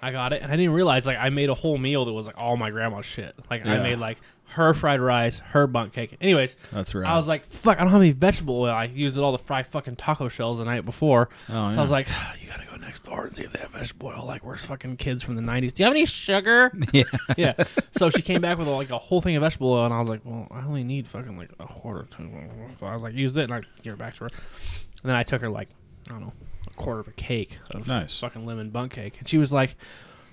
A: I got it, and I didn't realize like I made a whole meal that was like all my grandma's shit. Like I
B: Yeah.
A: made like her fried rice, her bunk cake. Anyways,
B: That's right.
A: I
B: [laughs]
A: was like, fuck, I don't have any vegetable oil. I used it all to fry fucking taco shells the night before. so
B: Oh,
A: I was
B: yeah.
A: like, you gotta go next door and see if they have vegetable oil. Like we're fucking kids from the '90s. Do you have any sugar?
B: yeah.
A: [laughs] yeah. So she came back with like a whole thing of vegetable oil, and I was like, well, I only need fucking like a quarter. To so I was like, use it, and I gave it back to her. And then I took her like, I don't know, a quarter of a cake of
B: Nice.
A: fucking lemon bunk cake, and she was like.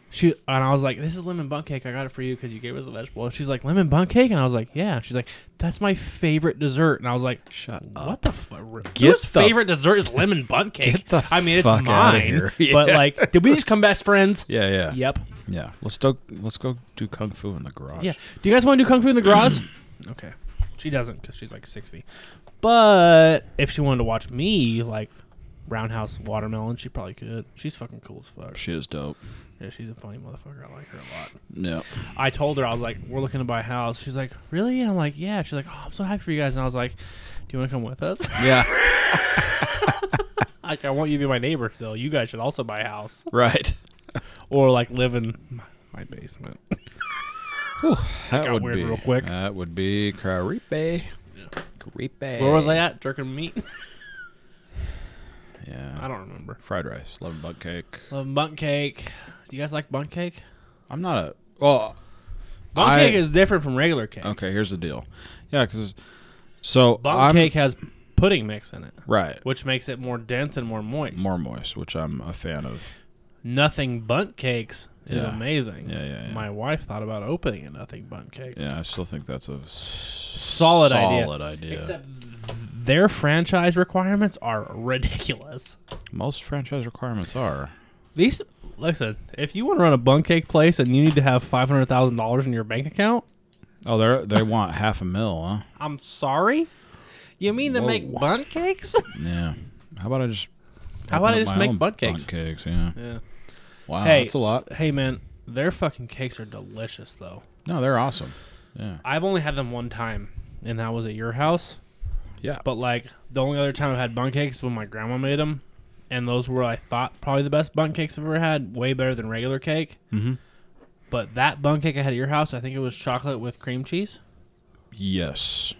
A: She and I was like, "This is lemon bunk cake. I got it for you because you gave us the vegetable." oil." She's like, "Lemon bunk cake," and I was like, "Yeah." She's like, "That's my favorite dessert," and I was like,
B: Shut
A: what the fuck?
B: Get
A: Whose
B: the
A: favorite dessert is lemon bun cake?
B: Get the
A: I mean, it's
B: fuck outta
A: mine,
B: here. [laughs] Yeah.
A: but like, did we just come best friends?
B: Yeah, yeah,
A: Yep.
B: yeah. Let's do. Let's go do kung fu in the garage.
A: Yeah. Do you guys want to do kung fu in the [clears throat] garage? okay. She doesn't because she's like sixty. But if she wanted to watch me like roundhouse watermelon, she probably could. She's fucking cool as fuck.
B: she is dope.
A: Yeah, she's a funny motherfucker. I like her a lot.
B: Yeah,
A: I told her I was like, "We're looking to buy a house." She's like, "Really?" And I'm like, "Yeah." She's like, "Oh, I'm so happy for you guys." And I was like, "Do you want to come with us?" [laughs]
B: yeah. [laughs]
A: like, I want you to be my neighbor, so you guys should also buy a house.
B: right.
A: or like live in my, my basement.
B: That
A: got
B: would
A: weird
B: be
A: real quick.
B: That would be creepy. Creepy.
A: Where was I at? Jerking meat?
B: Yeah.
A: I don't remember.
B: Fried rice, lemon bug cake.
A: Love bunk cake. Do you guys like bunk cake?
B: I'm not a. Well,
A: Bunk
B: I-
A: cake is different from regular cake.
B: okay. Here's the deal. Yeah, because so
A: Bunk
B: I'm
A: cake has pudding mix in it,
B: right
A: which makes it more dense and more moist.
B: more moist, which I'm a fan of.
A: Nothing bunt cakes is
B: Yeah.
A: amazing.
B: Yeah, yeah, yeah.
A: My wife thought about opening a nothing bunt cake.
B: Yeah, I still think that's a s-
A: Solid idea.
B: Solid idea.
A: Except their franchise requirements are ridiculous.
B: Most franchise requirements are.
A: These listen, if you want to run a bunk cake place and you need to have five hundred thousand dollars in your bank account,
B: Oh, they they want half a mil, huh?
A: I'm sorry. You mean to make
B: Whoa.
A: bun cakes?
B: Yeah. How about I just
A: How about I
B: open up
A: just
B: my
A: make
B: own
A: butt cakes?
B: Butt cakes, yeah.
A: Yeah.
B: Wow,
A: Hey.
B: that's a lot.
A: hey man, their fucking cakes are delicious though.
B: No, they're awesome. Yeah.
A: I've only had them one time, and that was at your house.
B: Yeah.
A: But like the only other time I've had bun cakes when my grandma made them, and those were I thought probably the best bun cakes I've ever had. Way better than regular cake. Mm-hmm. But that bun cake I had at your house, I think it was chocolate with cream cheese.
B: Yes.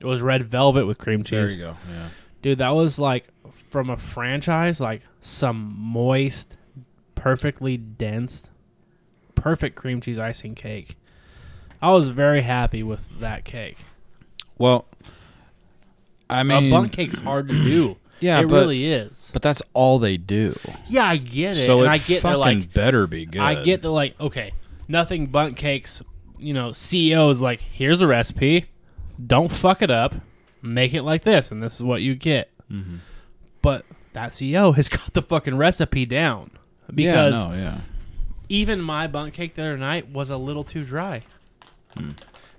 A: It was red velvet with cream
B: There
A: cheese.
B: you go. Yeah.
A: Dude, that was like from a franchise, like some moist, perfectly dense, perfect cream cheese icing cake. I was very happy with that cake.
B: Well, I mean,
A: a bun cake's hard to
B: [clears throat]
A: do.
B: Yeah,
A: it
B: but-
A: really is.
B: but that's all they do.
A: Yeah, I get it.
B: So
A: and
B: it
A: I get that
B: fucking
A: like
B: better be good.
A: I get that like okay, nothing bun cakes. You know, CEO is like, here's a recipe. Don't fuck it up. Make it like this, and this is what you get.
B: Mm-hmm.
A: But that CEO has [laughs] got the fucking recipe down
B: Yeah,
A: because
B: no, yeah.
A: even my bun cake the other night was a little too dry.
B: Hmm.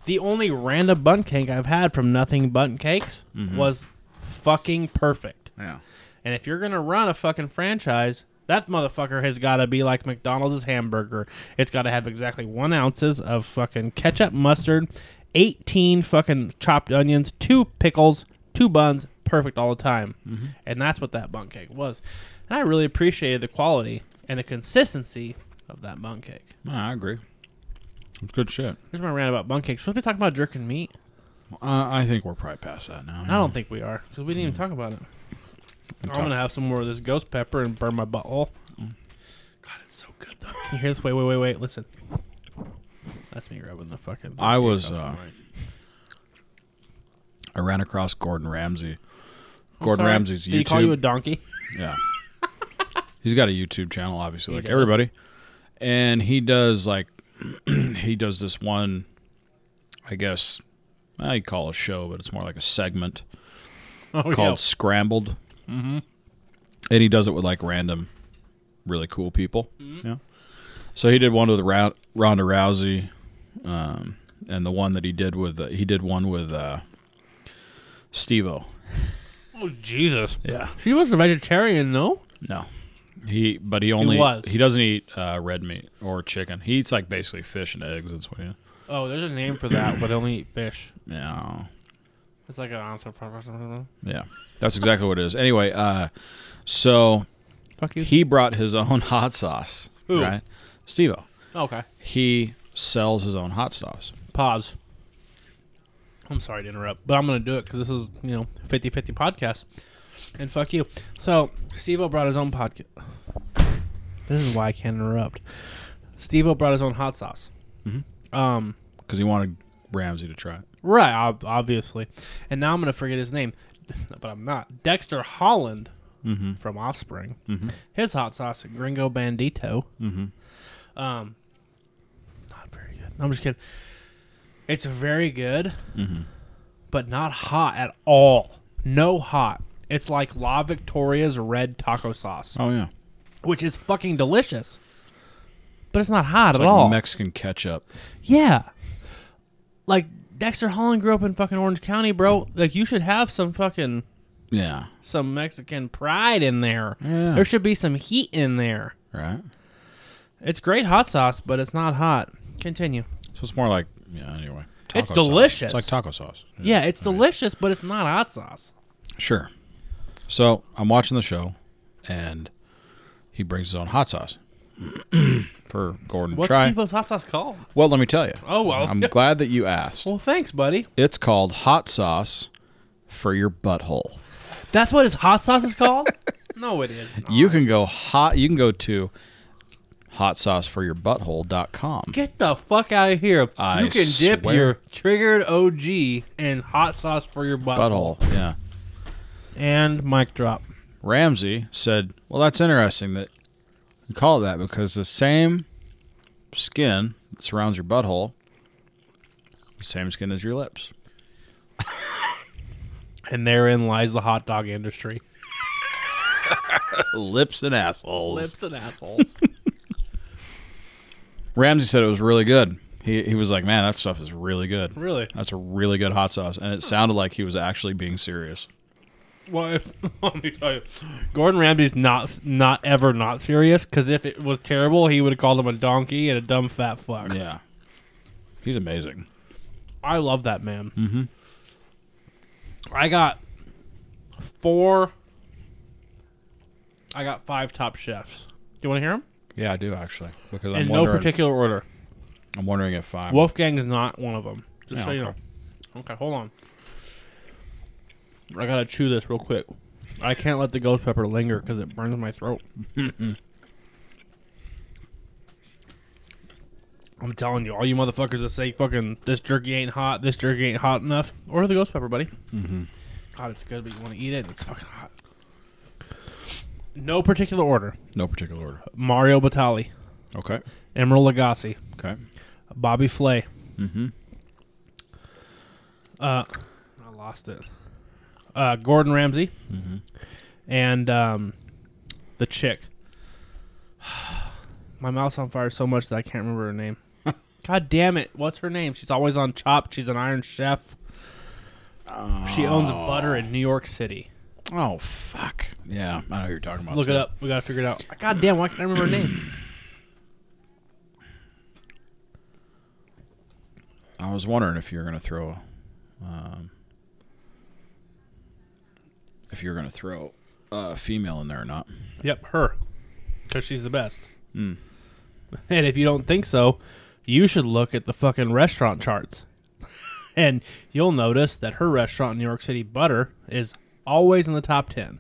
A: The only random bun cake I've had from Nothing Bun Cakes
B: Mm-hmm.
A: was fucking perfect.
B: Yeah.
A: And if you're gonna run a fucking franchise, that motherfucker has got to be like McDonald's hamburger. It's got to have exactly one ounces of fucking ketchup, mustard, eighteen fucking chopped onions, two pickles, two buns, perfect all the time. And that's what that bun cake was. And I really appreciated the quality and the consistency of that bun cake.
B: No, I agree. It's good shit.
A: Here's my rant about bun cakes. Supposed to be talking about jerk and meat.
B: Uh, I think we're probably past that now.
A: I don't think we are because we didn't even talk about it. Mm. I'm gonna have some more of this ghost pepper and burn my butthole. God, it's so good though. Can you hear this? Wait, wait, wait, wait. Listen. That's me rubbing the fucking.
B: I was,
A: off
B: uh,
A: the mic.
B: I ran across Gordon Ramsay. Gordon
A: Sorry,
B: Ramsay's
A: Did
B: YouTube.
A: he call you a
B: [laughs]
A: donkey?
B: Yeah. He's got a YouTube channel, obviously,
A: He
B: like
A: does.
B: everybody. And he does like [clears throat] he does this one I guess I call it a show, but it's more like a segment
A: Oh,
B: called
A: yeah.
B: Scrambled. Mm-hmm. And he does it with like random, Mm-hmm. really cool people. Yeah. So he did one with Ra- Ronda Rousey um, and the one that he did with uh, he did one with uh, Stevo.
A: Oh Jesus!
B: Yeah,
A: She was a vegetarian, no?
B: no, he but he only
A: was.
B: he, doesn't eat uh, red meat or chicken. He eats like basically fish and eggs. That's what he.
A: Oh, there's a name for that, but they only eat fish.
B: Yeah,
A: It's like an anthropomorphism.
B: yeah, that's exactly what it is. Anyway, uh, so
A: Fuck you.
B: he brought his own [laughs] hot sauce,
A: Who?
B: right? Stevo.
A: okay.
B: He sells his own hot sauce.
A: Pause. I'm sorry to interrupt, but I'm going to do it because this is, you know, 50 50 podcast. And fuck you. So, Steve O brought his own podcast. This is why I can't interrupt. Steve O brought his own hot sauce. Mm-hmm. Um,
B: because he wanted Ramsey to try it.
A: right, ob- obviously. And now I'm going to forget his name, [laughs] but I'm not. Dexter Holland
B: Mm-hmm.
A: from Offspring. His hot sauce at Gringo Bandito.
B: Mm-hmm.
A: Um, not very good. I'm just kidding. It's very good,
B: Mm-hmm.
A: but not hot at all. No hot. It's like La Victoria's red taco sauce,
B: Oh yeah,
A: which is fucking delicious. But it's not hot
B: it's
A: at
B: like
A: all.
B: Mexican ketchup.
A: yeah. Like Dexter Holland grew up in fucking Orange County, bro. Like you should have some fucking
B: Yeah,
A: some Mexican pride in there.
B: Yeah.
A: There should be some heat in there.
B: right.
A: It's great hot sauce, but it's not hot. Continue.
B: So it's more like yeah. Anyway, taco
A: It's
B: sauce.
A: delicious.
B: It's like taco sauce.
A: Yeah, it's delicious, but it's not hot sauce.
B: Sure. So I'm watching the show, and he brings his own hot sauce [clears throat] for Gordon to
A: What's
B: try.
A: Steve O's hot sauce called?
B: Well, let me tell you.
A: Oh, well.
B: I'm glad that you asked.
A: Well, thanks, buddy.
B: It's called hot sauce for your butthole.
A: [laughs] That's what his hot sauce is called? [laughs] no, it is. Not.
B: You can go hot. You can go to hot sauce for your butthole.com.
A: get the fuck out of here.
B: I
A: you can dip
B: swear.
A: your triggered OG in hot sauce for your butt.
B: Butthole. Yeah.
A: And mic drop.
B: Ramsey said, "Well, that's interesting that you call it that because the same skin that surrounds your butthole, the same skin as your lips."
A: And therein lies the hot dog industry.
B: Lips and assholes.
A: Lips and assholes.
B: Ramsey said it was really good. He he was like, "Man, that stuff is really
A: [laughs]
B: good.
A: really?
B: That's a really good hot sauce." And it sounded like he was actually being serious.
A: Well, if, [laughs] let me tell you, Gordon Ramsay's not not ever not serious. Because if it was terrible, he would have called him a donkey and a dumb fat fuck.
B: Yeah, he's amazing.
A: I love that man. Mm-hmm. I got four. I got five top chefs. Do you want to hear them?
B: Yeah, I do actually because I'm
A: In no
B: wondering.
A: particular order.
B: I'm wondering if I'm
A: Wolfgang is not one of them. Just
B: Yeah,
A: so you know.
B: okay.
A: Okay, hold on. I gotta chew this real quick. I can't let the ghost pepper linger because it burns my throat. [laughs] I'm telling you, all you motherfuckers that say fucking this jerky ain't hot, this jerky ain't hot enough, order the ghost pepper, buddy. Mm-hmm. God, it's good, but you want to eat it? It's fucking hot. No particular order.
B: no particular order.
A: Mario Batali,
B: Okay.
A: Emeril Lagasse,
B: Okay.
A: Bobby Flay.
B: Mhm.
A: Uh, I lost it. Uh, Gordon Ramsay and um, the chick. [sighs] My mouth's on fire so much that I can't remember her name. God damn it! What's her name? She's always on Chopped. She's an Iron Chef. She owns butter in New York City.
B: Oh fuck. Yeah, I know who you're talking about.
A: Look
B: too.
A: it up. We gotta figure it out. God damn! Why can't I remember her name?
B: I was wondering if you were going to throw, um, if you were going to throw a female in there or not.
A: Yep, her. Because she's the best. [laughs] And if you don't think so, you should look at the fucking restaurant charts. [laughs] and you'll notice that her restaurant in New York City, Butter, is always in the top 10.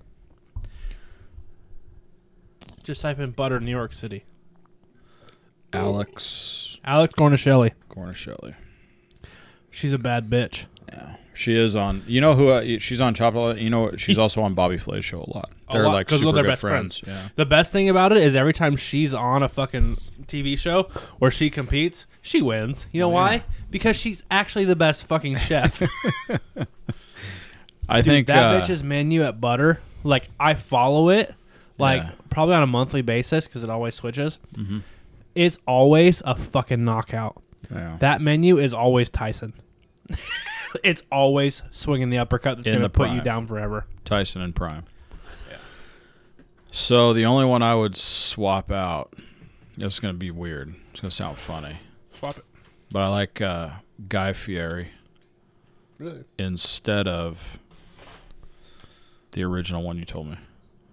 A: Just type in Butter New York City.
B: Alex
A: Alex Gornishelli.
B: Cornishelli.
A: She's a bad bitch.
B: Yeah, she is on. You know who? Uh, she's on Chopped. a lot? You know she's also on Bobby Flay's show a lot.
A: A
B: They're
A: lot-
B: like
A: 'cause
B: super
A: they're
B: good
A: best
B: friends.
A: friends.
B: Yeah.
A: The best thing about it is every time she's on a fucking TV show where she competes, she wins.
B: Oh,
A: You know why? Because she's actually the best
B: [laughs]
A: fucking chef.
B: I think
A: that
B: uh,
A: bitch's menu at Butter, like I follow it, like
B: Yeah. Mm-hmm.
A: probably on a monthly basis because it always switches. It's always a fucking knockout.
B: Yeah.
A: That menu is always Tyson. [laughs] it's always swinging the uppercut that's
B: In
A: going
B: the
A: to put you
B: prime.
A: down forever.
B: Tyson and Prime. So the only one I would swap out. It's gonna be weird. It's gonna sound funny,
A: Swap it.
B: but I like uh, Guy Fieri instead of the original one you told me.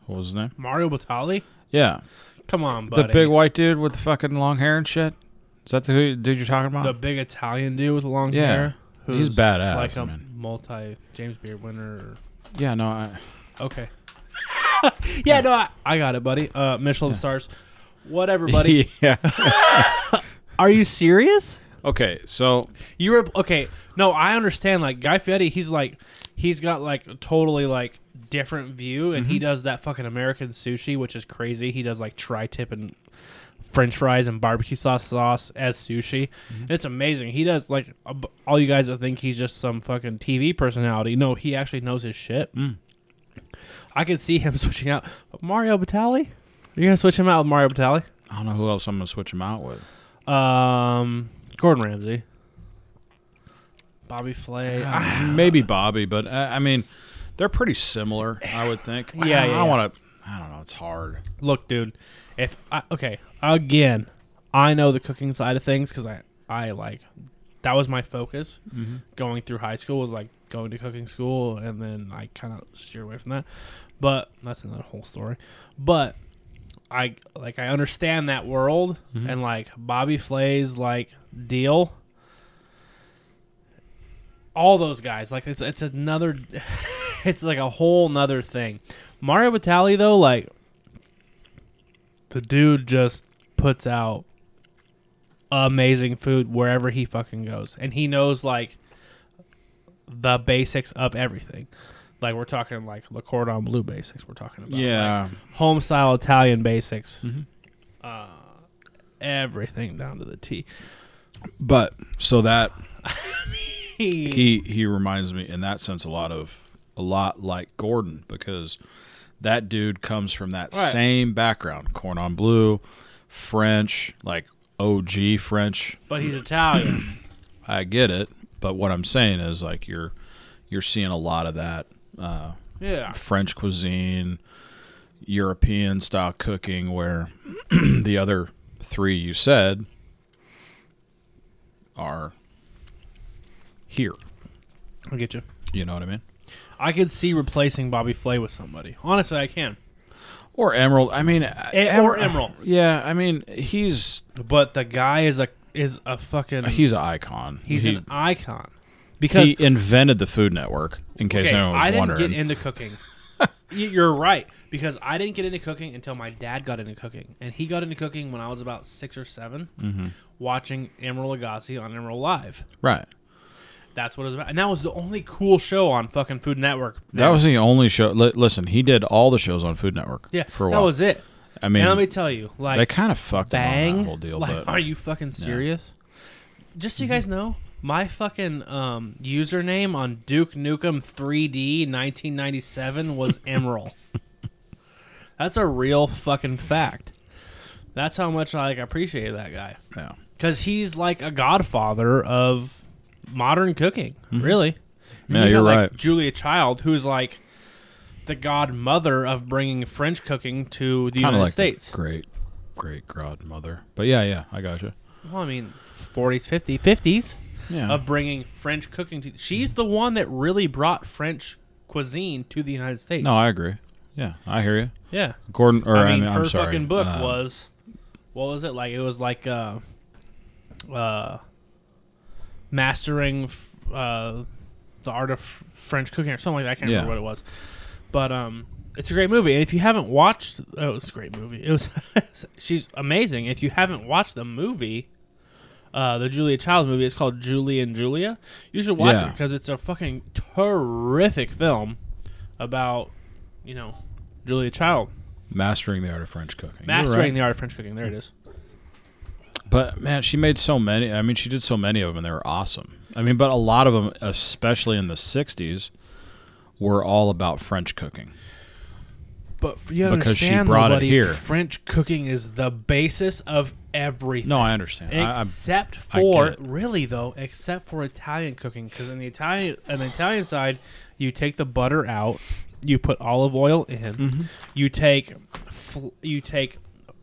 B: What was his name?
A: Mario Batali?
B: Yeah,
A: Come on, buddy.
B: the big white dude with the fucking long hair and shit. Is that the who- dude you're talking about?
A: the big Italian dude with the long
B: Oh. Yeah.
A: hair.
B: He's badass,
A: Like a
B: man.
A: multi James Beard winner.
B: yeah, no, I,
A: Okay. yeah, no, I, I got it, buddy. Uh, Michelin stars. Whatever, [laughs] buddy.
B: [laughs] yeah.
A: Are you serious?
B: Okay, so
A: You were okay. No, I understand. Like Guy Fieri, he's like, he's got like a totally like different view, and he does that fucking American sushi, which is crazy. He does like tri-tip and French fries and barbecue sauce sauce as sushi. It's amazing. He does like ab- all you guys that think he's just some fucking TV personality. No, he actually knows his shit.
B: hmm,
A: I could see him [laughs] switching out Mario Batali. You're gonna switch him out with Mario Batali?
B: I don't know who else I'm gonna switch him out with.
A: Um, Gordon Ramsay, Bobby Flay. Ah,
B: Maybe Bobby, but uh, I, I mean, they're pretty similar. I would think.
A: Yeah, yeah,
B: I
A: yeah.
B: want to. I don't know. It's hard.
A: Look, dude, if I, okay, again, I know the cooking side of things because I I like that was my focus going through high school was like going to cooking school and then I kind of steered away from that. But that's another whole story. But I like I understand that world and like Bobby Flay's like deal. All those guys, like it's it's another, [laughs] it's like a whole nother thing. Mario Batali though, like the dude just puts out amazing food wherever he fucking goes and he knows like the basics of everything like we're talking like le cordon bleu basics we're talking about
B: yeah,
A: like, home style italian basics uh, everything down to the t
B: but so that he he reminds me in that sense a lot of a lot like Gordon because that dude comes from that
A: Right.
B: same background, cordon bleu, French, like OG French.
A: but he's [coughs] italian
B: I get it, but what I'm saying is like you're you're seeing a lot of that uh,
A: yeah
B: French cuisine, European style cooking, where [clears throat] the other three you said are here.
A: i get you
B: You know what I mean?
A: i could see replacing bobby flay with somebody honestly i can
B: Or Emerald. I mean, uh,
A: Eh, or Emerald.
B: Yeah, I mean, he's
A: but the guy is a is a fucking
B: he's an icon.
A: he's
B: he,
A: an icon because
B: he invented the Food Network. In case
A: Okay,
B: anyone was
A: I didn't
B: wondering,
A: get into [laughs] cooking. Y- You're right because I didn't get into cooking until my dad got into cooking, and he got into cooking when I was about six or 7 watching Emeril Lagasse on Emeril Live.
B: right?
A: That's what it was about, and that was the only cool show on fucking Food Network.
B: That was the only show. Li- listen, he did all the shows on Food Network.
A: yeah,
B: for a
A: that
B: while.
A: was it.
B: I mean,
A: and let me tell you, like
B: they kind of fucked up on
A: bang
B: that whole deal.
A: like,
B: but Mm-hmm.
A: are you fucking serious just so you guys know my fucking um, username on duke nukem 3d 1997
B: [laughs]
A: was emerald that's a real fucking fact that's how much i like appreciate that guy
B: yeah.
A: because he's like a godfather of modern cooking
B: Mm-hmm.
A: really And
B: Yeah,
A: you
B: you're
A: got, like,
B: right.
A: julia child who's like the godmother of bringing french cooking to the
B: Kinda
A: united
B: like the
A: states
B: Great, great godmother. But yeah, yeah, I gotcha.
A: Well, I mean, 40s, 50s, 50s
B: Yeah,
A: of bringing French cooking to. She's the one that really brought French cuisine to the United States.
B: no, I agree. Yeah, I hear you,
A: yeah.
B: Gordon. Or I mean,
A: her
B: am sorry.
A: fucking book
B: uh,
A: was what was it like? It was like uh, uh, mastering f- uh, the art of f- French cooking or something like that. I can't
B: Yeah.
A: remember what it was, but um, it's a great movie. And if you haven't watched, oh, it's a great movie. It was [laughs] she's amazing. If you haven't watched the movie. Uh, the Julia Child movie It's called Julie and Julia. You should watch it
B: Yeah.
A: 'cause it because it's a fucking terrific film about, you know, Julia Child
B: mastering the art of French cooking.
A: mastering the art of French cooking. There it is.
B: the. But man, she made so many. I mean, she did so many of them, and they were awesome. I mean, but a lot of them, especially in the '60s, were all about French cooking.
A: But f- you gotta
B: Because she
A: understand,
B: brought it
A: though, buddy,
B: here.
A: French cooking is the basis of everything.
B: No, I understand. I, I,
A: except
B: I get
A: for
B: it.
A: really though, except for Italian cooking, because in the Italian on the Italian side, you take the butter out, you put olive oil in,
B: Mm-hmm.
A: you take fl- you take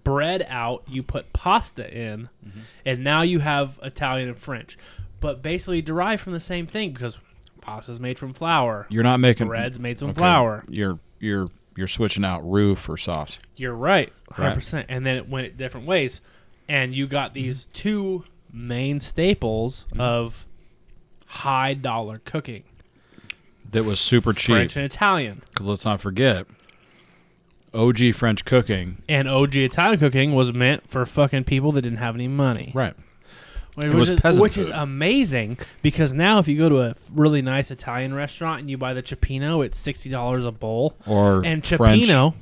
A: bread out, you put pasta in,
B: Mm-hmm.
A: and now you have Italian and French, but basically derived from the same thing because pasta's made from flour.
B: you're not making
A: Bread's made some
B: okay,
A: flour.
B: You're you're you're switching out roux for sauce.
A: You're right, hundred
B: Right.
A: percent. And then it went it different ways, and you got
B: Mm-hmm.
A: these two main staples of high dollar cooking:
B: That was super cheap.
A: French and Italian.
B: 'Cause let's not forget, OG French cooking.
A: And OG Italian cooking was meant for fucking people that didn't have any money.
B: Right.
A: Which,
B: was
A: is,
B: peasant
A: which is
B: food.
A: amazing because now if you go to a really nice Italian restaurant and you buy the cioppino, it's sixty dollars a bowl.
B: Or
A: and
B: French-
A: Chapino,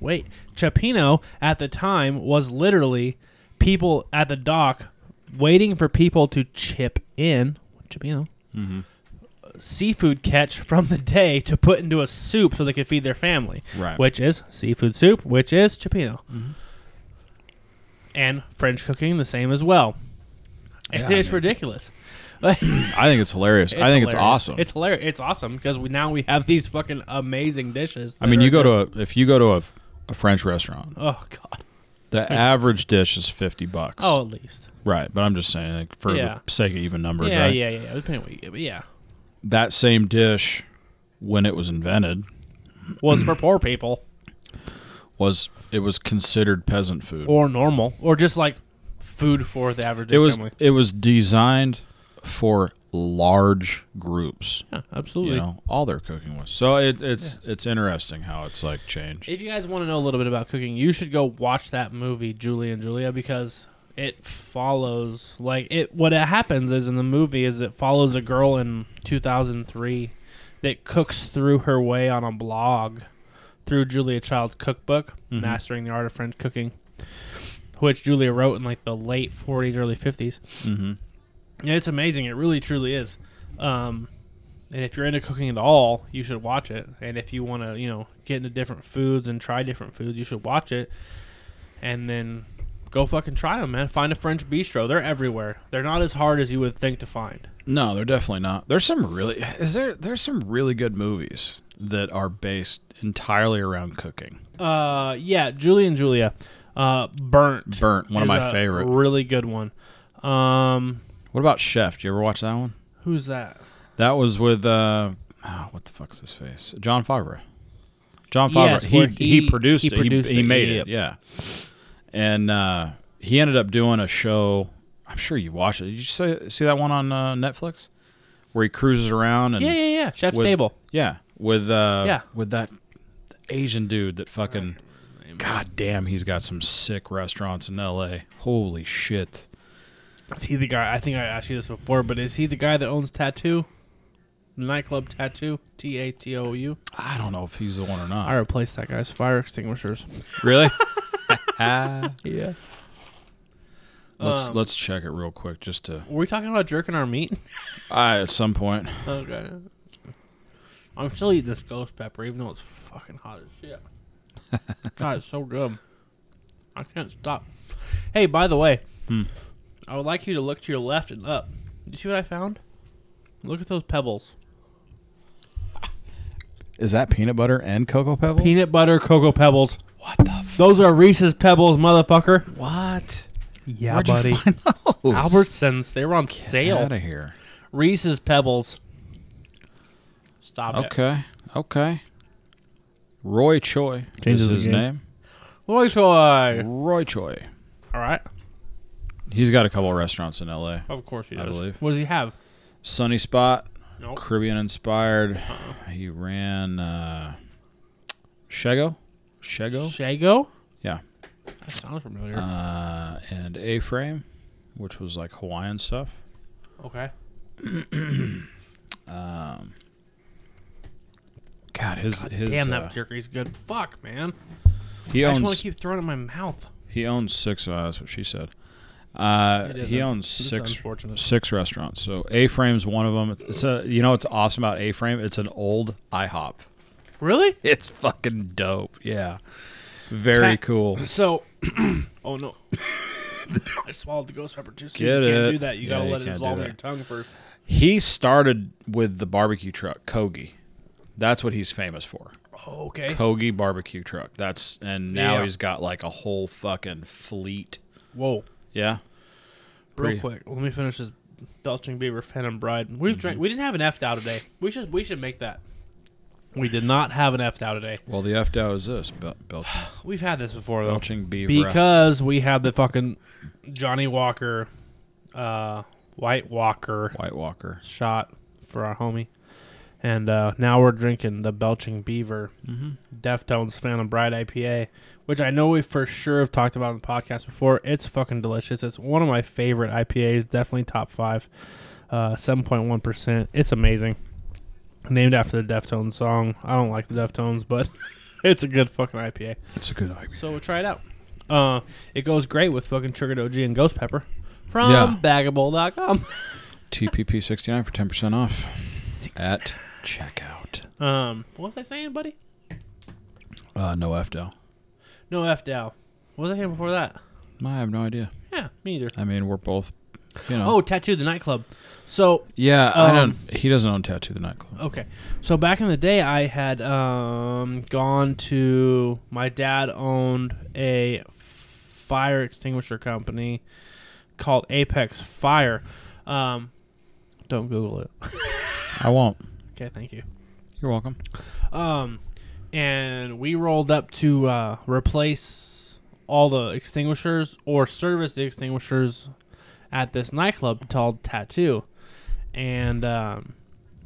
A: wait, Chapino at the time was literally people at the dock waiting for people to chip in Chapino
B: Mm-hmm.
A: seafood catch from the day to put into a soup so they could feed their family,
B: Right. Mm-hmm.
A: which is seafood soup, which is Chapino, and French cooking the same as well.
B: Yeah, I
A: it's
B: mean-
A: ridiculous.
B: I think it's hilarious. I think it's
A: hilarious.
B: awesome.
A: It's hilarious. It's awesome because we, now we have these fucking amazing dishes.
B: I mean, you go to a, if you go to a, a French restaurant,
A: to a oh god
B: the average dish is fifty bucks.
A: oh at least
B: right. But I'm just saying, like, for
A: Yeah.
B: the sake of even numbers,
A: yeah,
B: right?
A: yeah, yeah, yeah. Depending what you get, but yeah.
B: That same dish, when it was invented,
A: Well, it's for poor people
B: was it was considered peasant food.
A: or normal or just like food for the average
B: it was
A: family.
B: it was designed for large groups.
A: Yeah,
B: You
A: absolutely.
B: know, all their cooking was. So it, it's it's interesting how it's like changed.
A: If you guys want to know a little bit about cooking, you should go watch that movie Julie and Julia because it follows like it what it happens is in the movie is it follows a girl in 2003 that cooks through her way on a blog through Julia Child's cookbook Mastering the Art of French Cooking which Julia wrote in like the late 40s early 50s.
B: Mhm.
A: Yeah, it's amazing. It really truly is. Um and if you're into cooking at all, you should watch it. And if you want to, you know, get into different foods and try different foods, you should watch it. And then go fucking try them, man. Find a French bistro. They're everywhere. They're not as hard as you would think to find.
B: No, they're definitely not. There's some really is there there's some really good movies that are based entirely around cooking.
A: Uh, yeah, Julie and Julia. Uh, Burnt.
B: Burnt, one of
A: is
B: my
A: a
B: favorite.
A: Really good one. Um,
B: What about Chef? Do you ever watch that one?
A: who's that?
B: That was with uh oh, what the fuck's his face? John Favreau. John Favreau.
A: Yes,
B: he,
A: where
B: he
A: he-
B: produced
A: he
B: it.
A: produced
B: he, he
A: it,
B: made
A: yep.
B: it. Yeah. And uh, he ended up doing a show. I'm sure you watched it. Did you see, see that one on uh, Netflix where he cruises around and
A: Yeah, yeah, yeah. Chef's
B: with-
A: Table.
B: Yeah, with uh,
A: Yeah.
B: with that Asian dude that fucking. God damn, he's got some sick restaurants in L.A. Holy shit!
A: Is he the guy? I think I asked you this before, but is he the guy that owns Tattoo? Nightclub Tattoo? T A T O U?
B: I don't know if he's the one or not.
A: I replaced that guy's fire extinguishers.
B: Really?
A: [laughs]
B: [laughs] let's
A: Yeah. Um,
B: let's check it real quick just to.
A: Were we talking about jerking our meat?
B: I at some point.
A: okay. I'm still eating this ghost pepper, even though it's fucking hot as shit. God, it's so good. I can't stop. Hey, by the way, I would like you to look to your left and up. You see what I found? Look at those pebbles.
B: Is that peanut butter and cocoa pebbles?
A: Peanut butter cocoa pebbles.
B: what the? F-
A: Those are Reese's Pebbles, motherfucker.
B: what?
A: Yeah,
B: Where'd you find [laughs] those?
A: Albertsons, they were on
B: Get
A: sale.
B: out of here.
A: Reese's Pebbles. Stop it.
B: Okay. Okay. Roy Choi
A: Changes
B: is
A: the
B: his
A: game.
B: name.
A: Roy Choi.
B: Roy Choi.
A: All right.
B: He's got a couple of restaurants in L.A.
A: Of course he
B: I
A: does.
B: believe.
A: What does he have?
B: Sunny Spot,
A: Nope. Uh-uh.
B: Caribbean inspired. He ran uh, Shego, Shego,
A: Shago?
B: yeah,
A: That sounds familiar.
B: uh, and A Frame, which was like Hawaiian stuff.
A: okay.
B: God, his his
A: Damn,
B: uh,
A: that jerky's good. Fuck, man.
B: he
A: I just want
B: owns
A: to keep throwing it in my mouth.
B: he owns six. Uh, that's what she said. Uh,
A: It is
B: he
A: un-
B: owns
A: it is
B: six
A: unfortunate.
B: six restaurants. So A Frame's one of them. It's, it's a you know it's awesome about A Frame. It's an old IHOP. [laughs]
A: Really?
B: It's fucking dope. Yeah. Very
A: Ta-
B: cool.
A: So, [clears throat] oh
B: [laughs]
A: no, I swallowed the ghost pepper too soon.
B: Get
A: you can't
B: it.
A: do that. You
B: Yeah,
A: gotta
B: you
A: let it
B: can't do
A: dissolve in
B: that.
A: your tongue first.
B: He started with the barbecue truck, Kogi. That's what he's famous for.
A: Oh, okay.
B: Kogi barbecue truck. That's and now
A: Yeah.
B: he's got like a whole fucking fleet.
A: Whoa.
B: Yeah.
A: Real
B: Pretty-
A: quick, let me finish this belching beaver phantom bride. We've drank.
B: Mm-hmm.
A: We didn't have an F Dow today. We should. We should make that. We did not have an F Dow today.
B: Well, the F Dow is this bel- belching,
A: We've had this before though.
B: belching beaver.
A: because we had the fucking Johnny Walker, uh, White Walker
B: White Walker.
A: shot for our homie, and uh, now we're drinking the Belching Beaver Deftones Phantom Bride IPA, which I know we for sure have talked about on the podcast before. It's fucking delicious. It's one of my favorite IPAs, definitely top five. Uh, Seven point one percent. It's amazing. Named after the Deftones song. I don't like the Deftones, but [laughs] it's a good fucking IPA.
B: It's a good idea.
A: So we'll try it out. Uh, it goes great with fucking triggered OG and ghost pepper from
B: Yeah.
A: bagable.com.
B: TPP sixty nine for ten percent off at checkout.
A: Um, what was I saying, buddy?
B: Uh, no F Dow.
A: No F Dow. What was I saying before that?
B: I have no idea.
A: Yeah, me either.
B: I mean, we're both, you know.
A: Oh, Tattoo the nightclub. So
B: yeah. I
A: um,
B: don't. He doesn't own Tattoo the nightclub.
A: okay, so back in the day, I had um gone to my dad owned a fire extinguisher company called Apex Fire. Um, don't Google it. [laughs]
B: I won't.
A: Okay, thank you.
B: You're welcome.
A: Um, and we rolled up to uh, replace all the extinguishers or service the extinguishers at this nightclub called Tattoo. And um,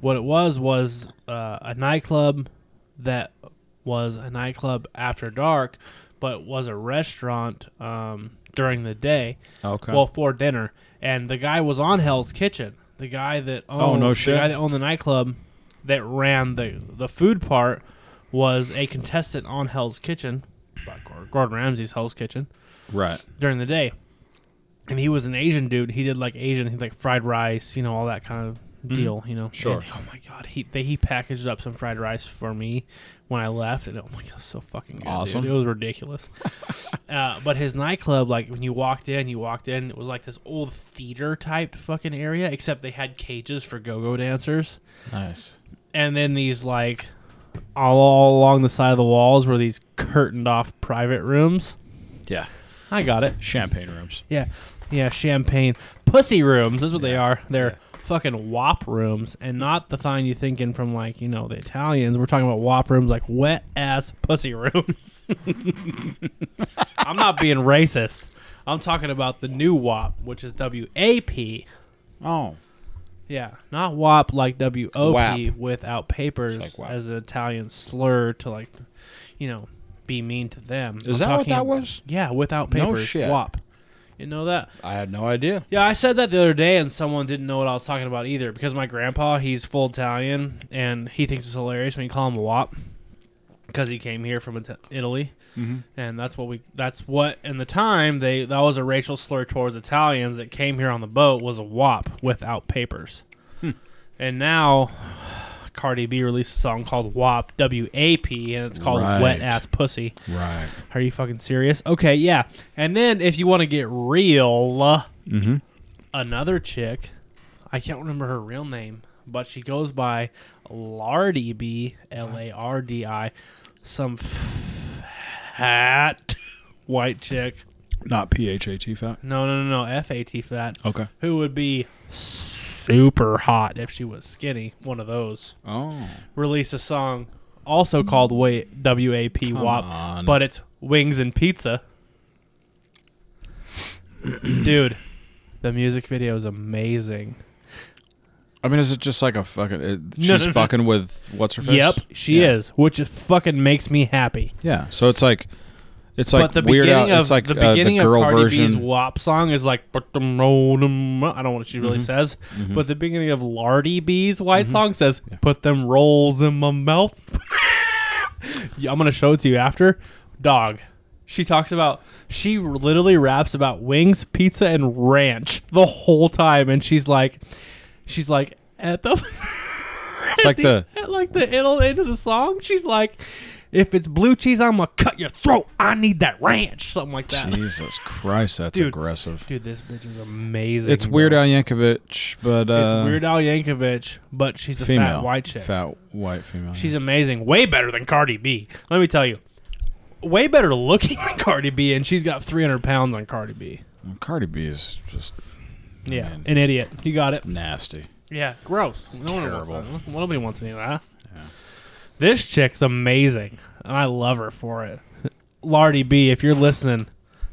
A: what it was was uh, a nightclub that was a nightclub after dark, but was a restaurant um, during the day.
B: Okay.
A: Well, for dinner, and the guy was on Hell's Kitchen. The guy that owned,
B: Oh, no
A: The
B: shit.
A: guy that owned the nightclub that ran the the food part was a contestant on Hell's Kitchen, by Gor- Gordon Ramsay's Hell's Kitchen
B: right.
A: during the day, and he was an Asian dude. He did like Asian, he like fried rice, you know, all that kind of deal, you know.
B: Mm-hmm. Sure.
A: And, oh my god, he they, he packaged up some fried rice for me when I left, and oh my god, it was so fucking good, dude.
B: Awesome.
A: It was
B: [laughs]
A: ridiculous. uh, but his nightclub, like when you walked in, you walked in, it was like this old theater type fucking area, except they had cages for go go dancers
B: Nice.
A: and then these like all, all along the side of the walls were these curtained off private rooms.
B: Yeah.
A: I got it.
B: Champagne rooms.
A: Yeah, yeah, champagne pussy rooms. That's what they are. They're fucking wop rooms, and not the thing you thinking from like you know the Italians. We're talking about wop rooms like wet ass pussy [laughs] rooms. I'm not being racist. I'm talking about the new wop, which is W A P.
B: Oh.
A: Yeah, not WAP like W O P
B: WAP.
A: without papers
B: It's like WAP.
A: as an Italian slur to like, you know, be mean to them.
B: Is that what
A: talking
B: that
A: ab-
B: was?
A: Yeah, without
B: No
A: papers.
B: shit.
A: WAP. You know that?
B: I had no idea.
A: Yeah, I said that the other day, and someone didn't know what I was talking about either because my grandpa, he's full Italian, and he thinks it's hilarious when you call him WAP because he came here from Ita- Italy, and that's what we. That's what in the time they that was a racial slur towards Italians that came here on the boat was a WAP without papers, and now. [sighs] Cardi B released a song called WAP, W A P, and it's called
B: Right.
A: Wet Ass Pussy.
B: Right.
A: Are you fucking serious? Okay, yeah. And then if you want to get real, uh,
B: Mhm.
A: another chick, I can't remember her real name, but she goes by Lardy B, L A R D I, some fat white chick.
B: Not PHAT fat.
A: No, no, no, no, F A T fat.
B: Okay.
A: Who would be super hot if she was skinny? One of those
B: Oh.
A: released a song also called Wait W A P WAP,
B: on.
A: but it's Wings and
B: [coughs]
A: Pizza. Dude, the music video is amazing.
B: I mean, is it just like a fucking? It, she's
A: no, no.
B: fucking with what's her face?
A: Yep, she
B: Yeah.
A: is, which is fucking makes me happy.
B: Yeah. So it's like, it's like
A: but the
B: weird
A: beginning
B: out.
A: of
B: it's like
A: the
B: uh,
A: beginning
B: the girl
A: of Cardi
B: version.
A: B's WAP song is like "But them roll them up." I don't know what she really
B: Mm-hmm.
A: says, but the beginning of Lardy B's white song says "Put them rolls in my mouth." [laughs] Yeah, I'm gonna show it to you after, dog. She talks about she literally raps about wings, pizza, and [laughs] ranch the whole time, and she's like, she's like at the
B: It's like the
A: At like the middle end of the song, she's like, "If it's blue cheese, I'm gonna cut your throat. I need that ranch, something like that."
B: Jesus Christ, that's
A: Dude.
B: aggressive.
A: Dude, this bitch is amazing.
B: It's Weird
A: bro.
B: Al Yankovic, but uh,
A: It's Weird Al Yankovic, but she's a
B: female,
A: fat white chick.
B: fat white female.
A: She's amazing. Way better than Cardi B. Let me tell you. Way better looking [laughs] than Cardi B, and she's got 300 pounds on Cardi B.
B: Well, Mm, Cardi B is just
A: Yeah,
B: Man.
A: an idiot. You got it.
B: nasty.
A: Yeah, gross. No one wants
B: Terrible.
A: that. Nobody wants any of that. This chick's amazing, and I love her for it. Lardy B, if you're listening,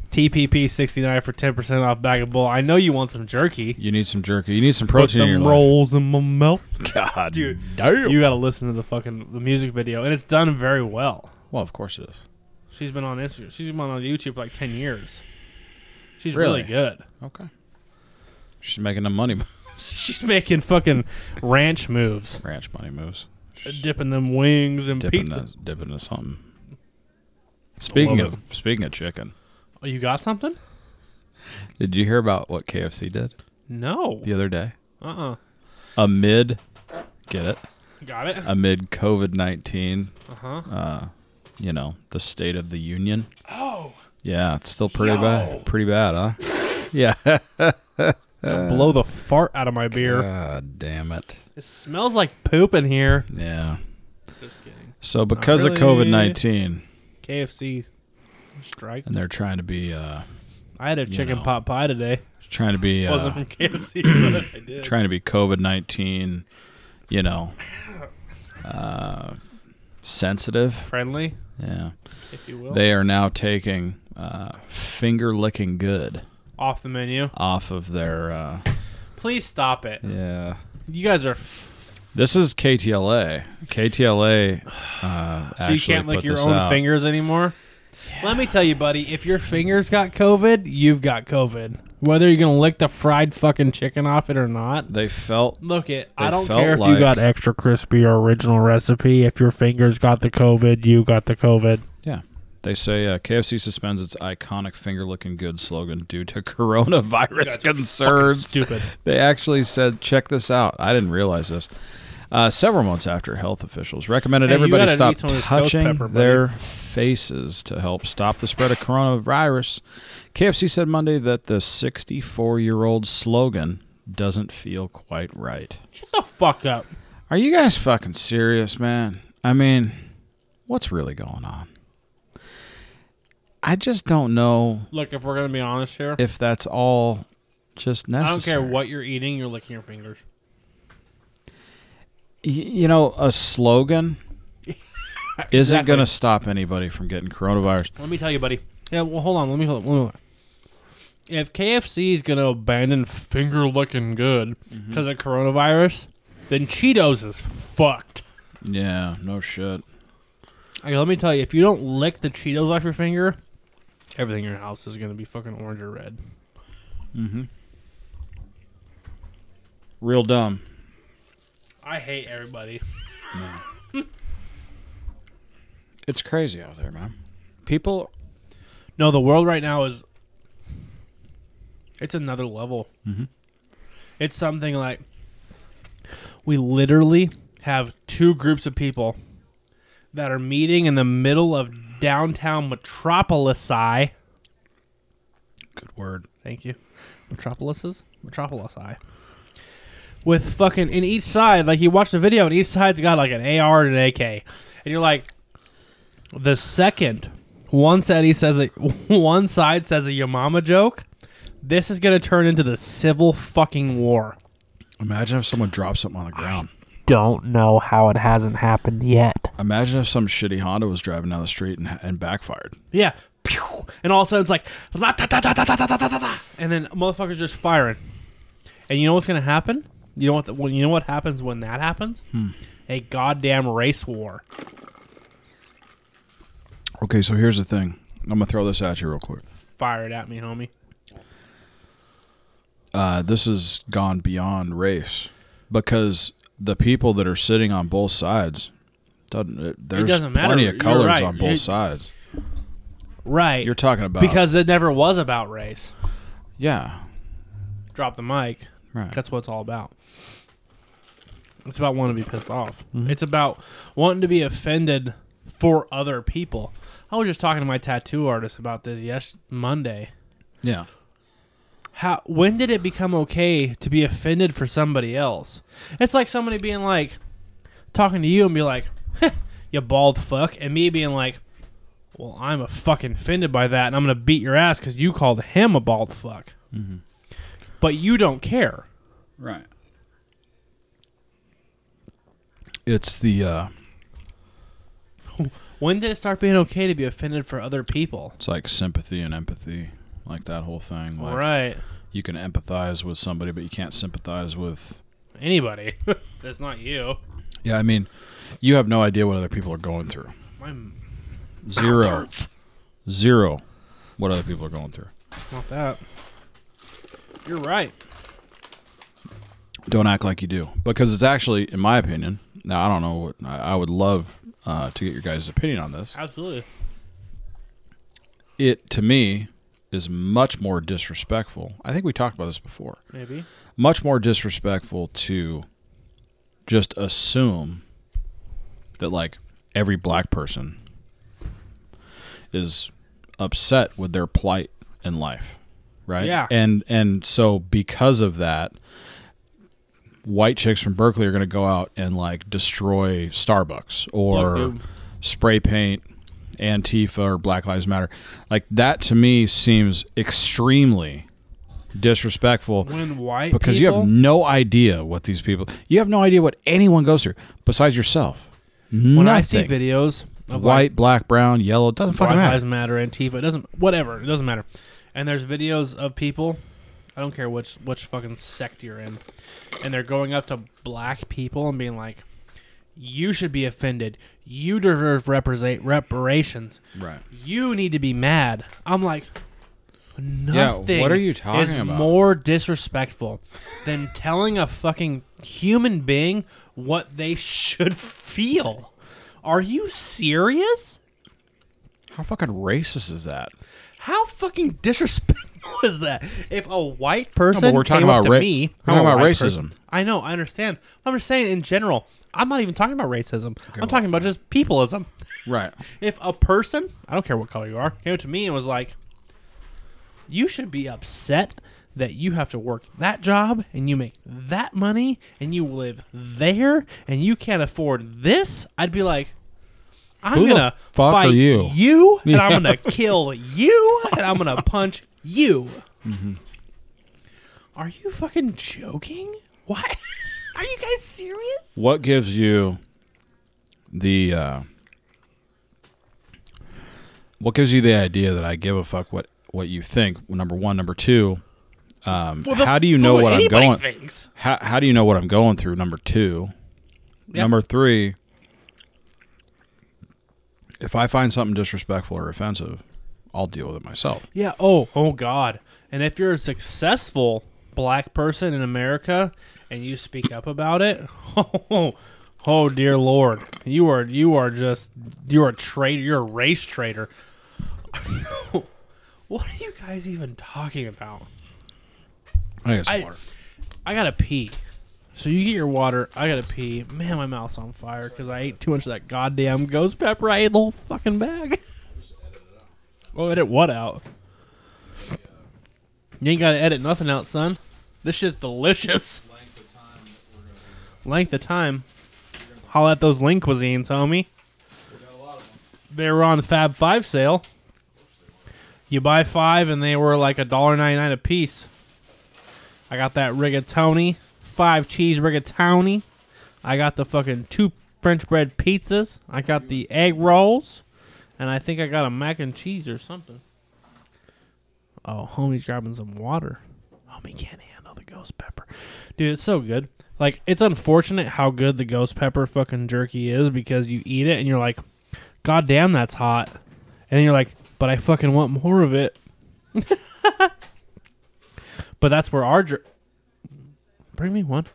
A: TPP 69 for 10% off bag of bull. I know you want some jerky.
B: You need some jerky. You need some
A: Put
B: protein in your
A: them rolls in my mouth.
B: life. God,
A: Dude.
B: damn.
A: You got to listen to the fucking the music video, and it's done very well.
B: well, of course it is.
A: She's been on Instagram. She's been on YouTube for like 10 years. She's
B: Really?
A: really good.
B: Okay. She's making the money [laughs] moves.
A: She's making fucking ranch moves,
B: Ranch money moves.
A: dipping them wings in
B: Dipping
A: pizza.
B: the, dipping into something. Speaking
A: love
B: of speaking of chicken,
A: Oh, you got something?
B: did you hear about what KFC did
A: No.
B: the other day?
A: Uh-uh.
B: Amid, get it?
A: Got it.
B: Amid COVID nineteen,
A: Uh-huh.
B: you know the State of the Union.
A: Oh.
B: Yeah, it's still pretty bad. Pretty bad, huh? [laughs] yeah. uh,
A: blow the fart out of my beer.
B: God damn it.
A: It smells like poop in here.
B: Yeah.
A: Just kidding.
B: So because
A: really.
B: of COVID nineteen,
A: KFC strike.
B: and they're trying to be uh
A: I had a chicken
B: know.
A: pot pie today.
B: trying to be uh,
A: Wasn't from
B: [clears throat]
A: KFC, but I did.
B: trying to be COVID nineteen, you know, uh, sensitive.
A: Friendly,
B: Yeah,
A: if you will.
B: they are now taking uh, finger licking good
A: Off the menu.
B: off of their. Uh,
A: Please stop it.
B: yeah,
A: You guys are
B: this is KTLA. KTLA. Uh,
A: So you can't lick
B: put
A: your
B: this
A: own
B: out.
A: fingers anymore? Let me tell you, buddy, if your fingers got COVID, you've got COVID. Whether you're going to lick the fried fucking chicken off it or not.
B: They felt
A: Look it,
B: They
A: I don't
B: felt
A: care if
B: like-
A: you got extra crispy or original recipe. If your fingers got the COVID, you got the COVID.
B: Yeah. They say uh, KFC suspends its iconic finger looking good slogan due to [laughs] coronavirus
A: [laughs]
B: concerns.
A: Stupid.
B: They actually said, check this out. I didn't realize this. Uh, several months after health officials recommended
A: Hey, you
B: everybody
A: gotta
B: stop
A: eat some of this ghost
B: touching
A: pepper, buddy.
B: their faces to help stop the spread of coronavirus, KFC said Monday that the 64 year old slogan doesn't feel quite right.
A: Shut the fuck up.
B: Are you guys fucking serious, man? I mean, what's really going on? I just don't know
A: Look, if we're going to be honest here,
B: if that's all just
A: I don't
B: necessary.
A: care what you're eating, you're licking your fingers.
B: Y- you know,
A: [laughs]
B: a slogan isn't
A: Exactly.
B: going to stop anybody from getting coronavirus.
A: Let me tell you, buddy. Yeah, well, hold on. Let me hold on. Hold on. If KFC is going to abandon finger looking good because of coronavirus, then Cheetos is fucked.
B: Yeah, no shit.
A: Okay, let me tell you, if you don't lick the Cheetos off your finger, everything in your house is going to be fucking orange or red.
B: Mm-hmm. Real dumb.
A: I hate everybody.
B: It's crazy out there, man. People,
A: No, the world right now is it's another level. It's something like we literally have two groups of people that are meeting in the middle of downtown metropolis. I
B: good word.
A: thank you, metropolises, metropolis. I with fucking in each side, like you watch the video, and each side's got like an AR and an AK, and you're like, the second one said he says a [laughs] one side says a your mama joke, this is gonna turn into the civil fucking war.
B: Imagine if someone dropped something on the ground.
A: Don't know how it hasn't happened yet.
B: Imagine if some shitty Honda was driving down the street and, and backfired.
A: Yeah. Pew! And all of a sudden it's like "La da da da da da da da da da," and then motherfuckers just firing. And you know what's gonna happen? You know what? The, when you know what happens when that happens? A goddamn race war.
B: Okay, so here's the thing. I'm gonna throw this at you real quick.
A: Fire it at me, homie.
B: Uh, this has gone beyond race because the people that are sitting on both sides doesn't. It, there's
A: doesn't matter.
B: plenty of
A: You're
B: colors
A: right.
B: on both
A: It-
B: sides.
A: Right.
B: You're talking about
A: because it never was about race.
B: yeah,
A: Drop the mic.
B: right.
A: That's what it's all about. It's about wanting to be pissed off. It's about wanting to be offended for other people. I was just talking to my tattoo artist about this yes Monday.
B: Yeah.
A: How when did it become okay to be offended for somebody else? It's like somebody being like talking to you and be like, "Heh, "You bald fuck," and me being like, "Well, I'm a fucking offended by that, and I'm gonna beat your ass because you called him a bald fuck."
B: Mm-hmm.
A: But you don't care.
B: Right. It's the uh
A: When did it start being okay to be offended for other people?
B: it's like sympathy and empathy, like that whole thing. Like
A: right.
B: you can empathize with somebody but you can't sympathize with
A: Anybody. [laughs] That's not you.
B: Yeah, I mean, you have no idea what other people are going through.
A: My
B: Zero. Zero. What other people are going through.
A: Not that. You're right.
B: Don't act like you do, because it's actually, in my opinion. Now I don't know what I, I would love uh, to get your guys' opinion on this.
A: Absolutely.
B: It to me is much more disrespectful. I think we talked about this before.
A: Maybe.
B: Much more disrespectful to just assume that like every black person is upset with their plight in life, right?
A: Yeah.
B: And and so because of that, white chicks from Berkeley are going to go out and like destroy Starbucks or
A: Yep, yep.
B: spray paint Antifa or Black Lives Matter. Like that to me seems extremely disrespectful
A: When white
B: because you have
A: people-
B: no idea what these people you have no idea what anyone goes through besides yourself.
A: when
B: Nothing.
A: I see videos of
B: white,
A: like,
B: black, brown, yellow, it doesn't fucking
A: Black Lives
B: matter.
A: Matter, Antifa, it doesn't whatever, it doesn't matter. And there's videos of people I don't care which which fucking sect you're in, and they're going up to black people and being like, You should be offended. You deserve represent reparations.
B: Right.
A: you need to be mad. I'm like, nothing.
B: what are you talking
A: is
B: about?
A: More disrespectful than telling a fucking human being what they should feel. Are you serious?
B: How fucking racist is that?
A: How fucking disrespectful is that? If a white person
B: but we're talking
A: came up
B: about
A: to
B: ra-
A: me,
B: we're
A: I'm
B: talking
A: a
B: about
A: white
B: racism.
A: person. I know, I understand. I'm just saying in general. I'm not even talking about racism. I'm
B: well-
A: talking about just peopleism.
B: Right.
A: If a person, I don't care what color you are, came up to me and was like, "You should be upset that you have to work that job and you make that money and you live there and you can't afford this," I'd be like, "I'm
B: Who the
A: gonna
B: fuck are
A: fight
B: you?"
A: you and I'm
B: [laughs]
A: gonna kill you and I'm gonna punch you."
B: Mm-hmm.
A: Are you fucking joking? What? [laughs] are you guys serious?
B: What gives you the uh, what gives you the idea that I give a fuck what what you think? well, Number one, number two. Um,
A: the
B: how do you
A: fuck
B: know
A: would
B: what I'm
A: anybody
B: going?
A: thinks?
B: How how do you know what I'm going through? Number two,
A: Yeah.
B: number three. If I find something disrespectful or offensive, I'll deal with it myself.
A: Yeah. Oh, oh God. And if you're a successful black person in America and you speak up about it, [laughs] oh, oh dear Lord, you are you are just you're a traitor. You're a race traitor. [laughs] what are you guys even talking about?
B: I guess
A: I-
B: water.
A: I gotta pee. So you get your water. I gotta pee. Man, my mouth's on fire because I ate too much of that goddamn ghost pepper. I ate the whole fucking bag. Oh, edit what out? You ain't gotta edit nothing out, son. This shit's delicious. Length of time. Holla at those Link cuisines, homie. They were on Fab Five sale. You buy five, and they were like a dollar ninety nine a piece. I got that rigatoni, five cheese rigatoni. I got the fucking two French bread pizzas. I got the egg rolls, and I think I got a mac and cheese or something. Oh, homie's grabbing some water. Homie can't handle the ghost pepper, dude. It's so good. Like it's unfortunate how good the ghost pepper fucking jerky is because you eat it and you're like, God damn, that's hot, and then you're like, but I fucking want more of it. But that's where our. Jer- Bring me one.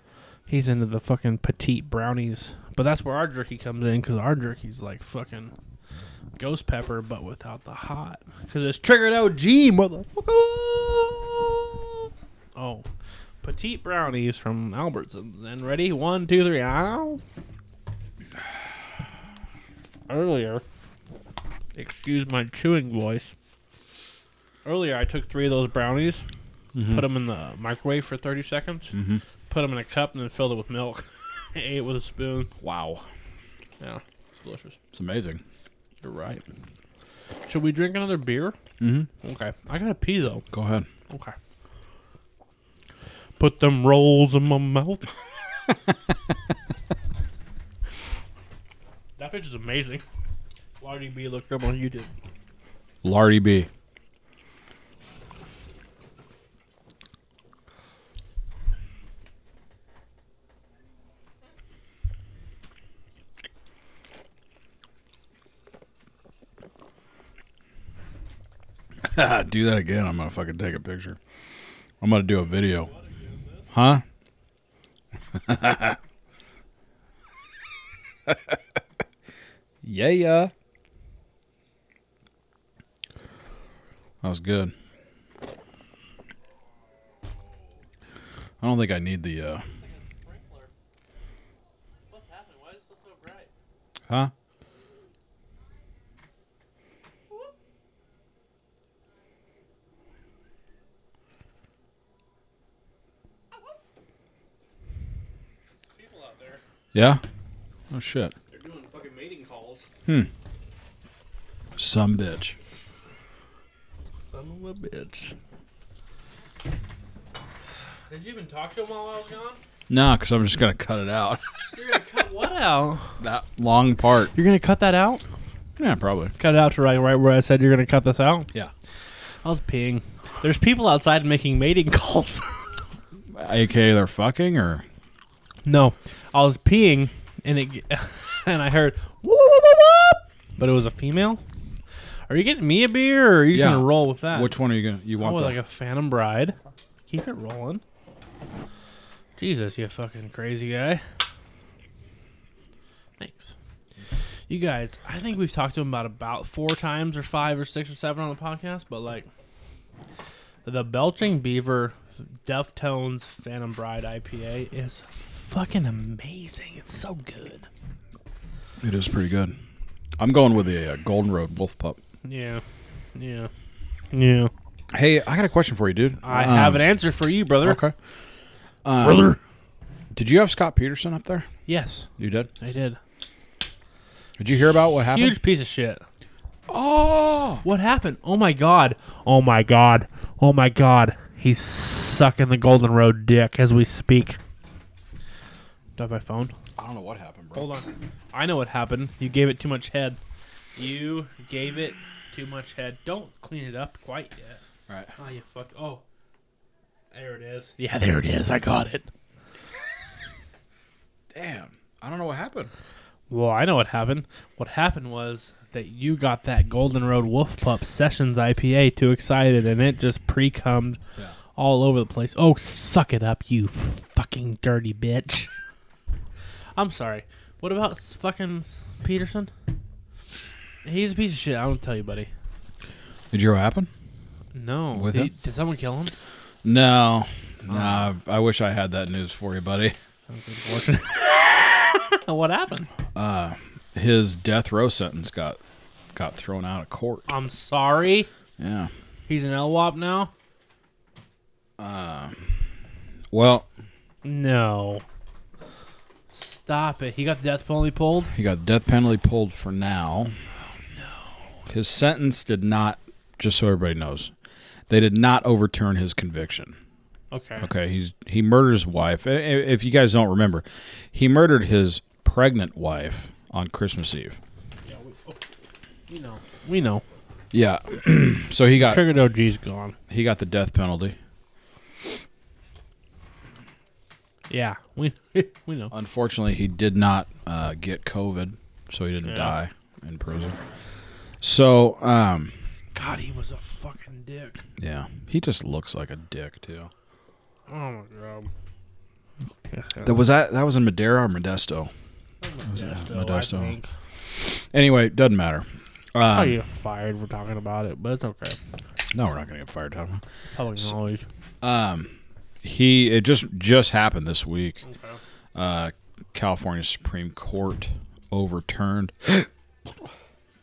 A: He's into the fucking petite brownies. But that's where our jerky comes in because our jerky's like fucking ghost pepper, but without the hot. Because it's triggered OG, motherfucker. Oh, petite brownies from Albertsons. And ready? One, two, three. Ow. Earlier, excuse my chewing voice. Earlier, I took three of those brownies, put 'em put them in the microwave for 30 seconds,
B: Mhm.
A: put them in a cup, and then filled it with milk. [laughs] Ate it with a spoon.
B: Wow,
A: Yeah, delicious.
B: it's amazing.
A: You're right. Should we drink another beer? Mm-hmm. Okay. I gotta pee though.
B: Go ahead.
A: Okay. Put them rolls in my [laughs] mouth. that bitch is amazing. Lardy B looked her up on YouTube.
B: Lardy B. [laughs] do that again. I'm gonna fucking take a picture. I'm gonna do a video. Huh? [laughs] yeah, yeah. That was good. I don't think I need the uh huh? Yeah? Oh shit. Some bitch.
A: Son of a bitch. Did you even talk to him while I was gone?
B: No, because I'm just gonna cut it out. [laughs]
A: You're gonna cut [laughs] what out?
B: that long part.
A: You're gonna cut that out?
B: Yeah, probably.
A: Cut it out to right, right where I said you're gonna cut this out.
B: Yeah.
A: I was peeing. There's people outside making mating [laughs] calls.
B: AKA they're fucking or
A: No, I was peeing and it [laughs] and I heard whoop, whoop, whoop, whoop," but it was a female. Are you getting me a beer or are you just
B: Yeah.
A: gonna roll with that?
B: which one are you gonna you
A: Oh,
B: want the
A: like a Phantom Bride. Keep it rolling. Jesus, you fucking crazy guy. Thanks. You guys, I think we've talked to him about about four times or five or six or seven on the podcast, but like the Belching Beaver Deftones Phantom Bride IPA is fucking amazing. It's so good.
B: It is pretty good. I'm going with the uh, Golden Road Wolf Pup.
A: Yeah. Yeah. Yeah.
B: Hey, I got a question for you, dude.
A: I
B: Um,
A: have an answer for you, brother.
B: Okay. Um, Brother, did you have Scott Peterson up there?
A: Yes,
B: You did.
A: I did.
B: Did you hear about what happened?
A: Huge piece of shit.
B: Oh,
A: What happened? Oh my god. Oh my god. Oh my god. He's sucking the Golden Road dick as we speak. Do I have my phone?
B: I don't know what happened, bro.
A: Hold on. I know what happened. You gave it too much head. You gave it too much head. Don't clean it up quite yet.
B: Right.
A: Oh, you fuck. Oh. There it is. Yeah, there it is. I got it.
B: Damn, I don't know what happened.
A: Well, I know what happened. What happened was that you got that Golden Road Wolf Pup Sessions IPA too excited, and it just pre cummed
B: Yeah.
A: all over the place. Oh, suck it up, you fucking dirty bitch. I'm sorry. What about s- fucking Peterson? He's a piece of shit. I don't tell you, buddy.
B: Did you hear what happened?
A: No.
B: With
A: did,
B: him?
A: did someone kill him?
B: No. Nah, I wish I had that news for you, buddy.
A: Unfortunate. [laughs] what happened?
B: His death row sentence got got thrown out of court.
A: I'm sorry.
B: Yeah.
A: He's an LWAP now?
B: Well,
A: No. Stop it. He got the death penalty pulled?
B: He got death penalty pulled for now. Oh, His sentence did not, just so everybody knows, they did not overturn his conviction.
A: Okay.
B: Okay, he's he murdered his wife. I- i- If you guys don't remember, he murdered his pregnant wife on Christmas Eve.
A: We know. We know.
B: Yeah, [clears throat] so he got
A: Triggered OG's gone.
B: he got the death penalty.
A: Yeah. We [laughs] we know.
B: Unfortunately, he did not uh, get COVID, so he didn't
A: Yeah.
B: die in prison. So, um,
A: God, he was a fucking dick.
B: yeah, he just looks like a dick too.
A: Oh my god.
B: That was that that was in Madeira or Modesto.
A: Modesto,
B: Modesto.
A: I think.
B: Anyway, doesn't matter.
A: Oh,
B: Um,
A: you fired. We're talking about it, but it's okay.
B: no, we're not going to get fired. Tom.
A: Public knowledge.
B: Um, he it just just happened this week. Uh, California Supreme Court overturned [gasps]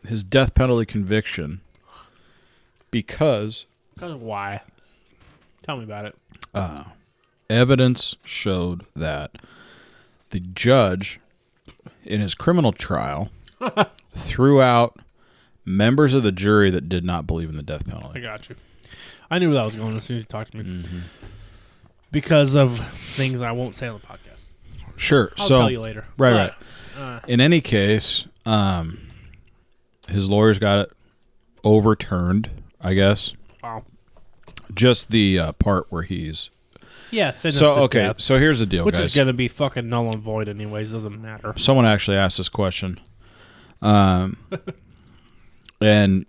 B: his death penalty conviction because
A: Because why? Tell me about it.
B: evidence showed that the judge in his
A: [laughs]
B: criminal trial threw out members of the jury that did not believe in the death
A: I
B: penalty.
A: got you. I knew where that was going as soon as you talked to me. Because of things I won't say on the podcast.
B: Sure.
A: I'll
B: so
A: tell you later.
B: Right,
A: But
B: right. in any case, um, his lawyers got it overturned. I guess
A: Wow.
B: just the uh, part where he's
A: Yeah, sentence
B: so
A: to
B: okay.
A: death,
B: So here's the deal,
A: which
B: guys.
A: is going to be fucking null and void anyways. Doesn't matter.
B: Someone actually asked this question,
A: [laughs]
B: um, and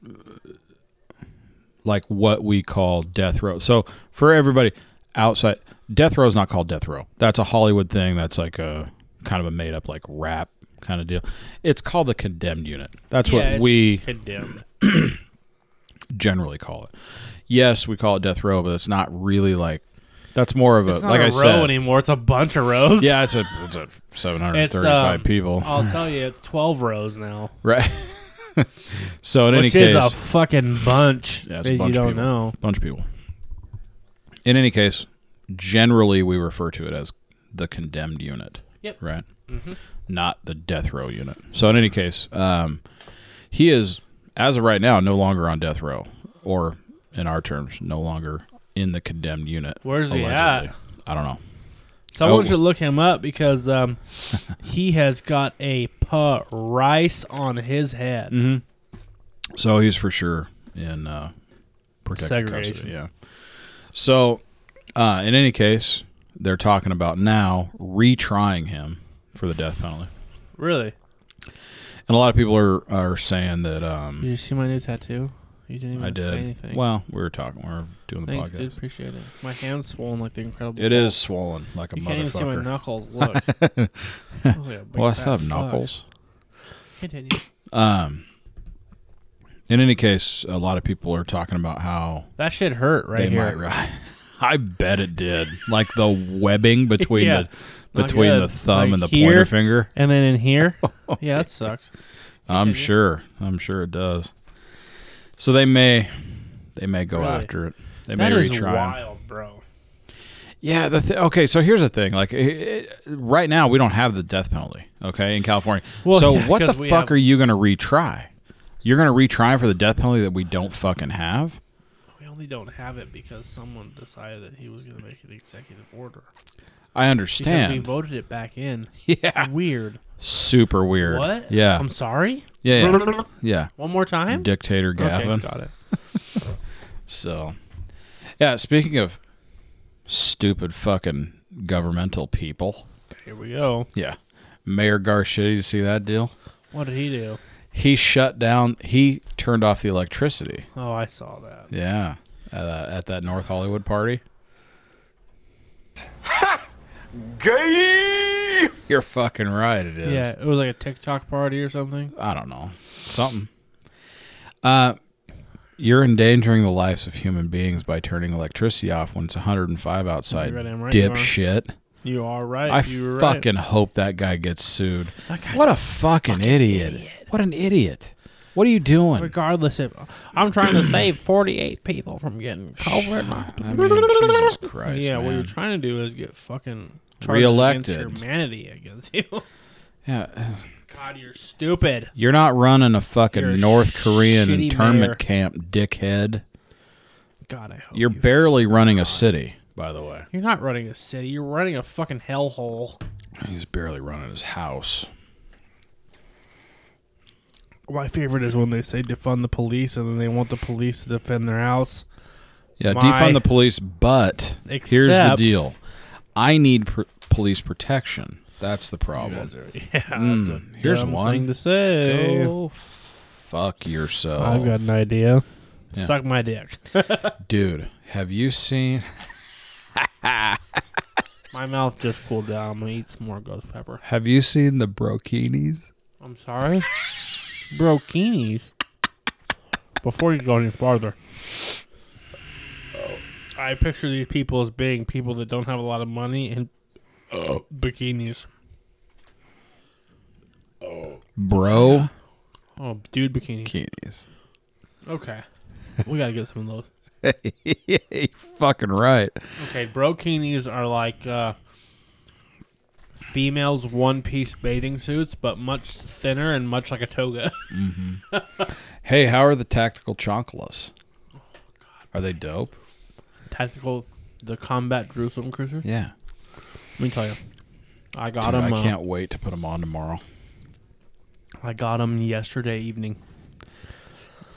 B: like what we call death row. So for everybody outside, death row is not called death row. That's a Hollywood thing. That's like a kind of a made up like rap kind of deal. It's called the condemned unit. That's
A: Yeah,
B: what
A: it's
B: we uh,
A: condemned.
B: generally call it. Yes, we call it death row, but it's not really like that's more of a
A: It's not
B: like
A: a
B: I
A: row
B: said.
A: anymore. It's a bunch of rows.
B: Yeah, it's a it's a seven hundred
A: It's,
B: thirty-five
A: um,
B: people,
A: I'll tell you, it's twelve rows now,
B: right? [laughs] so in any
A: which is
B: case,
A: a fucking bunch
B: yeah, it's
A: that
B: a bunch
A: you don't
B: of people,
A: know.
B: bunch of people. In any case, generally we refer to it as the condemned unit.
A: Yep. Mm-hmm.
B: Right. Not the death row unit. So in any case, um, he is as of right now no longer on death row, or in our terms, no longer in the condemned unit.
A: Where's he
B: allegedly.
A: at?
B: I don't know.
A: Someone
B: Oh.
A: should look him up because
B: [laughs]
A: um, he has got a price on his head.
B: Mm. So he's for sure in uh, protected
A: Segregation.
B: custody. Yeah. So, uh, in any case, they're talking about now retrying him for the death penalty,
A: Really?
B: and a lot of people are are saying that
A: Did
B: um,
A: you see my new tattoo? You didn't even
B: I did.
A: say anything.
B: Well, we were talking, we are doing the
A: thanks,
B: podcast.
A: dude. Appreciate it. My hand's swollen like the incredible.
B: It
A: Hulk.
B: is swollen like a
A: You can't even see my
B: motherfucker. [laughs]
A: knuckles. Look. Holy, a big
B: What's
A: fat
B: up,
A: fuck.
B: knuckles?
A: Continue.
B: Um. In any case, a lot of people are talking about how
A: That shit hurt right
B: they
A: here.
B: might ri [laughs] I bet it did. Like the
A: [laughs]
B: webbing between
A: Yeah.
B: the
A: Not
B: between the
A: good.
B: thumb
A: Like
B: and the
A: here.
B: pointer finger.
A: And then in
B: [laughs]
A: here,
B: Oh,
A: yeah, that sucks.
B: I'm sure. I'm sure it does. So they may they may go
A: Really?
B: after it. They
A: That
B: may
A: is
B: retry. 'em.
A: wild, bro.
B: Yeah. The th- okay. So here's the thing. Like i i right now, we don't have the death penalty. Okay, in California.
A: Well,
B: so
A: yeah,
B: what the
A: 'cause we
B: fuck
A: have-
B: are you gonna retry? You're gonna retry for the death penalty that we don't fucking have.
A: We only don't have it because someone decided that he was going to make an executive order.
B: I
A: Because we
B: understand.
A: voted it back in.
B: [laughs] Yeah.
A: Weird.
B: Super weird.
A: What?
B: Yeah.
A: I'm sorry?
B: yeah.
A: [laughs]
B: Yeah. yeah.
A: One more time?
B: Dictator Gavin.
A: Okay, got it.
B: So, yeah, speaking of stupid fucking governmental people.
A: Here we go.
B: Yeah. Mayor Garcetti, you see that deal?
A: What did he do?
B: He shut down, he turned off the electricity.
A: Oh, I saw that.
B: Yeah. At, uh, at that North Hollywood party.
E: Gay!
B: You're fucking right, it is.
A: Yeah, it was like a TikTok party or something.
B: I don't know. Something. Uh, you're endangering the lives of human beings by turning electricity off when it's 105 outside.
A: You're goddamn right you are.
B: dipshit.
A: You are right.
B: I
A: you were
B: fucking
A: Right.
B: hope that guy gets sued. What a fucking, idiot. What an idiot. What are you doing?
A: Regardless, if I'm trying to save 48 people from getting COVID.
B: I mean, Jesus Christ.
A: yeah, what
B: man.
A: you're trying to do is get fucking
B: Re-elected.
A: reelected against humanity against you. [laughs]
B: yeah.
A: God, you're stupid.
B: You're not running a fucking
A: You're a
B: North Korean
A: shitty
B: internment
A: mayor.
B: camp, dickhead.
A: God, I hope
B: You're
A: you-
B: barely running a city, by the way.
A: You're not running a city. You're running a fucking hellhole.
B: He's barely running his house.
A: My favorite is when they say defund the police and then they want the police to defend their house.
B: Yeah,
A: My-
B: defund the police, but here's the
A: Except-
B: deal. I need pr- police protection. That's the
A: You
B: problem.
A: guys are- [laughs] yeah,
B: Mm,
A: that's a
B: Oh, here's
A: dumb
B: one.
A: thing to say.
B: Go fuck yourself.
A: I've got an idea.
B: Yeah.
A: Suck my dick.
B: Dude, have you seen?
A: My mouth just cooled down. I'm gonna eat some more ghost pepper.
B: Have you seen the brokinis?
A: I'm sorry, brokinis. Before you go any farther, Oh, I picture these people as being people that don't have a lot of money and
B: Oh.
A: uh, bikinis.
B: Bro. [laughs]
A: Oh, dude, bikinis.
B: Bikinis.
A: Okay, we gotta get some of those.
B: you fucking right.
A: Okay, brokinis are like uh, females' one-piece bathing suits, but much thinner and much like a toga.
B: Hey, how are the tactical chonkalas? Are they dope?
A: Tactical, the combat Jerusalem cruiser.
B: Yeah.
A: Let me tell you, I got
B: Dude,
A: them. uh,
B: I can't wait to put them on tomorrow.
A: I got 'em yesterday evening.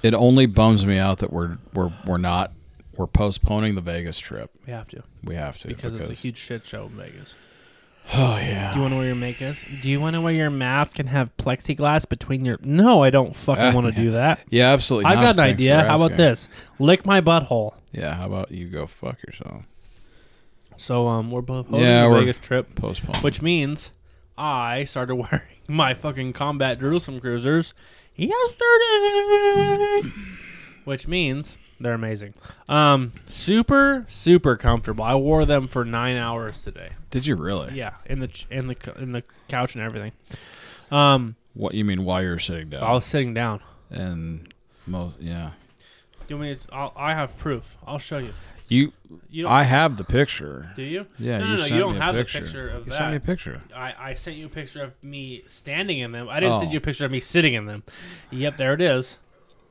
B: It only bums me out that we're we're we're not we're postponing the Vegas trip.
A: We have to
B: We have to
A: because, it's a huge shit show in Vegas.
B: [sighs] Oh yeah.
A: Do you want to wear your makeup? Do you want to wear your mask and have plexiglass between your? No, I don't fucking want to
B: [laughs]
A: do that.
B: yeah, absolutely.
A: I've
B: not.
A: got an
B: Thanks
A: idea.
B: for
A: How about
B: asking.
A: this? Lick my butthole.
B: Yeah, how about you go fuck yourself?
A: So um, we're both holding
B: Yeah,
A: the
B: we're-
A: Vegas trip,
B: Postpone.
A: which means I started [laughs] wearing my fucking combat Jerusalem cruisers yesterday, [laughs] which means they're amazing. Um, super super comfortable. I wore them for nine hours today.
B: Did you really?
A: Yeah, in the ch- in the cou- in the couch and everything. Um,
B: What you mean while you're sitting down?
A: I was sitting down.
B: and most yeah.
A: Do you mean I'll, I have proof. I'll show you.
B: You
A: You don't,
B: I have the picture.
A: do you?
B: Yeah,
A: no,
B: you
A: no, no.
B: sent
A: You don't
B: me a
A: have
B: picture.
A: the picture of
B: you
A: that.
B: sent me a picture.
A: I, I sent you a picture of me standing in them. I didn't send
B: Oh.
A: you a picture of me sitting in them. Yep, there it is.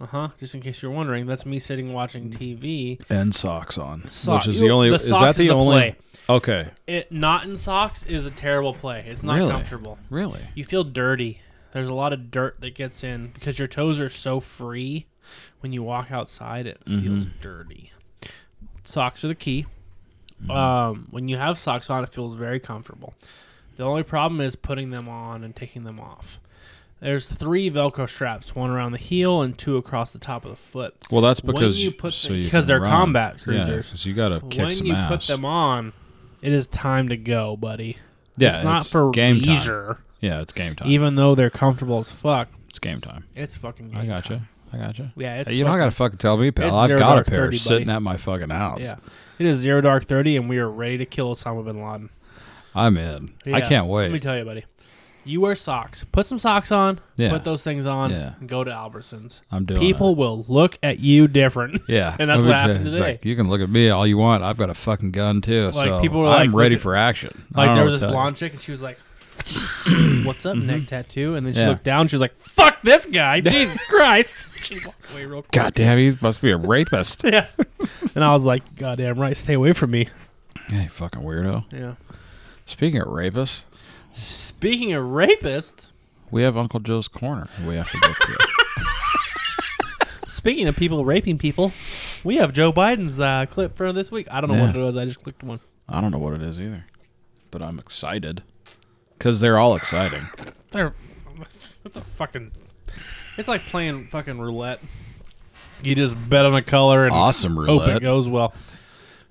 A: Uh huh. Just in case you're wondering, that's me sitting watching TV.
B: And socks on.
A: Sock-
B: Which is
A: you-
B: the only
A: the
B: is
A: socks
B: that
A: is
B: the,
A: the
B: only
A: play.
B: Okay.
A: It not in socks is a terrible play. It's not
B: Really?
A: comfortable.
B: Really?
A: You feel dirty. There's a lot of dirt that gets in because your toes are so free. When you walk outside, it
B: Mm-hmm.
A: feels dirty. Socks are the key.
B: Mm-hmm.
A: Um, when you have socks on, it feels very comfortable. The only problem is putting them on and taking them off. There's three Velcro straps, one around the heel and two across the top of the foot.
B: Well, that's
A: When
B: because
A: you put
B: so
A: the-
B: you
A: because
B: can
A: they're
B: run.
A: combat
B: Yeah,
A: cruisers.
B: 'cause you gotta kick
A: when
B: some
A: you
B: ass.
A: put them on, it is time to go, buddy.
B: yeah,
A: it's not for
B: game time.
A: leisure,
B: Yeah, it's game time.
A: even though they're comfortable as fuck.
B: it's game time.
A: It's fucking.
B: I
A: game
B: gotcha.
A: time.
B: I gotcha.
A: Yeah, it's
B: Hey, you don't
A: fucking-
B: gotta fucking tell me,
A: it's
B: pal. I've
A: zero
B: got a
A: dark
B: pair
A: thirty, buddy.
B: sitting at my fucking house.
A: Yeah. It is zero dark thirty, and we are ready to kill Osama bin Laden.
B: I'm in. I
A: Yeah.
B: can't
A: Let me
B: wait.
A: tell you, buddy. You wear socks. Put some socks on.
B: Yeah.
A: Put those things on.
B: Yeah.
A: And go to Albertsons.
B: I'm doing
A: People will look at you different. [laughs]
B: it. Yeah,
A: And that's
B: let me
A: what
B: tell you,
A: happened
B: it's
A: today.
B: like, you can look at me all you want. I've got a fucking gun too.
A: Like,
B: so
A: people were
B: I'm
A: like,
B: ready
A: look at-
B: for action. I
A: Like
B: don't
A: there
B: know
A: was
B: what
A: this
B: to tell you. Mm-hmm.
A: blonde chick, and she was
B: [clears throat]
A: like, "What's up, neck tattoo?" And then she
B: Yeah.
A: looked down. She was like, "Fuck this
B: [laughs]
A: guy, Jesus Christ!" [laughs] She walked away real quick.
B: God damn, he must be a [laughs] rapist.
A: Yeah. and I was like, "God damn right, stay away from me."
B: hey, fucking weirdo.
A: Yeah.
B: Speaking of rapists,
A: Speaking of rapists,
B: we have Uncle Joe's corner. We have to get
A: [laughs]
B: to.
A: speaking of people raping people, we have Joe Biden's uh, clip for this week. I don't know what it
B: Yeah.
A: was. I just clicked one.
B: I don't know what it is either, but I'm excited because they're all exciting.
A: They're that's a fucking. It's like playing fucking roulette. You just bet on a color and
B: Awesome
A: hope it
B: roulette.
A: goes well.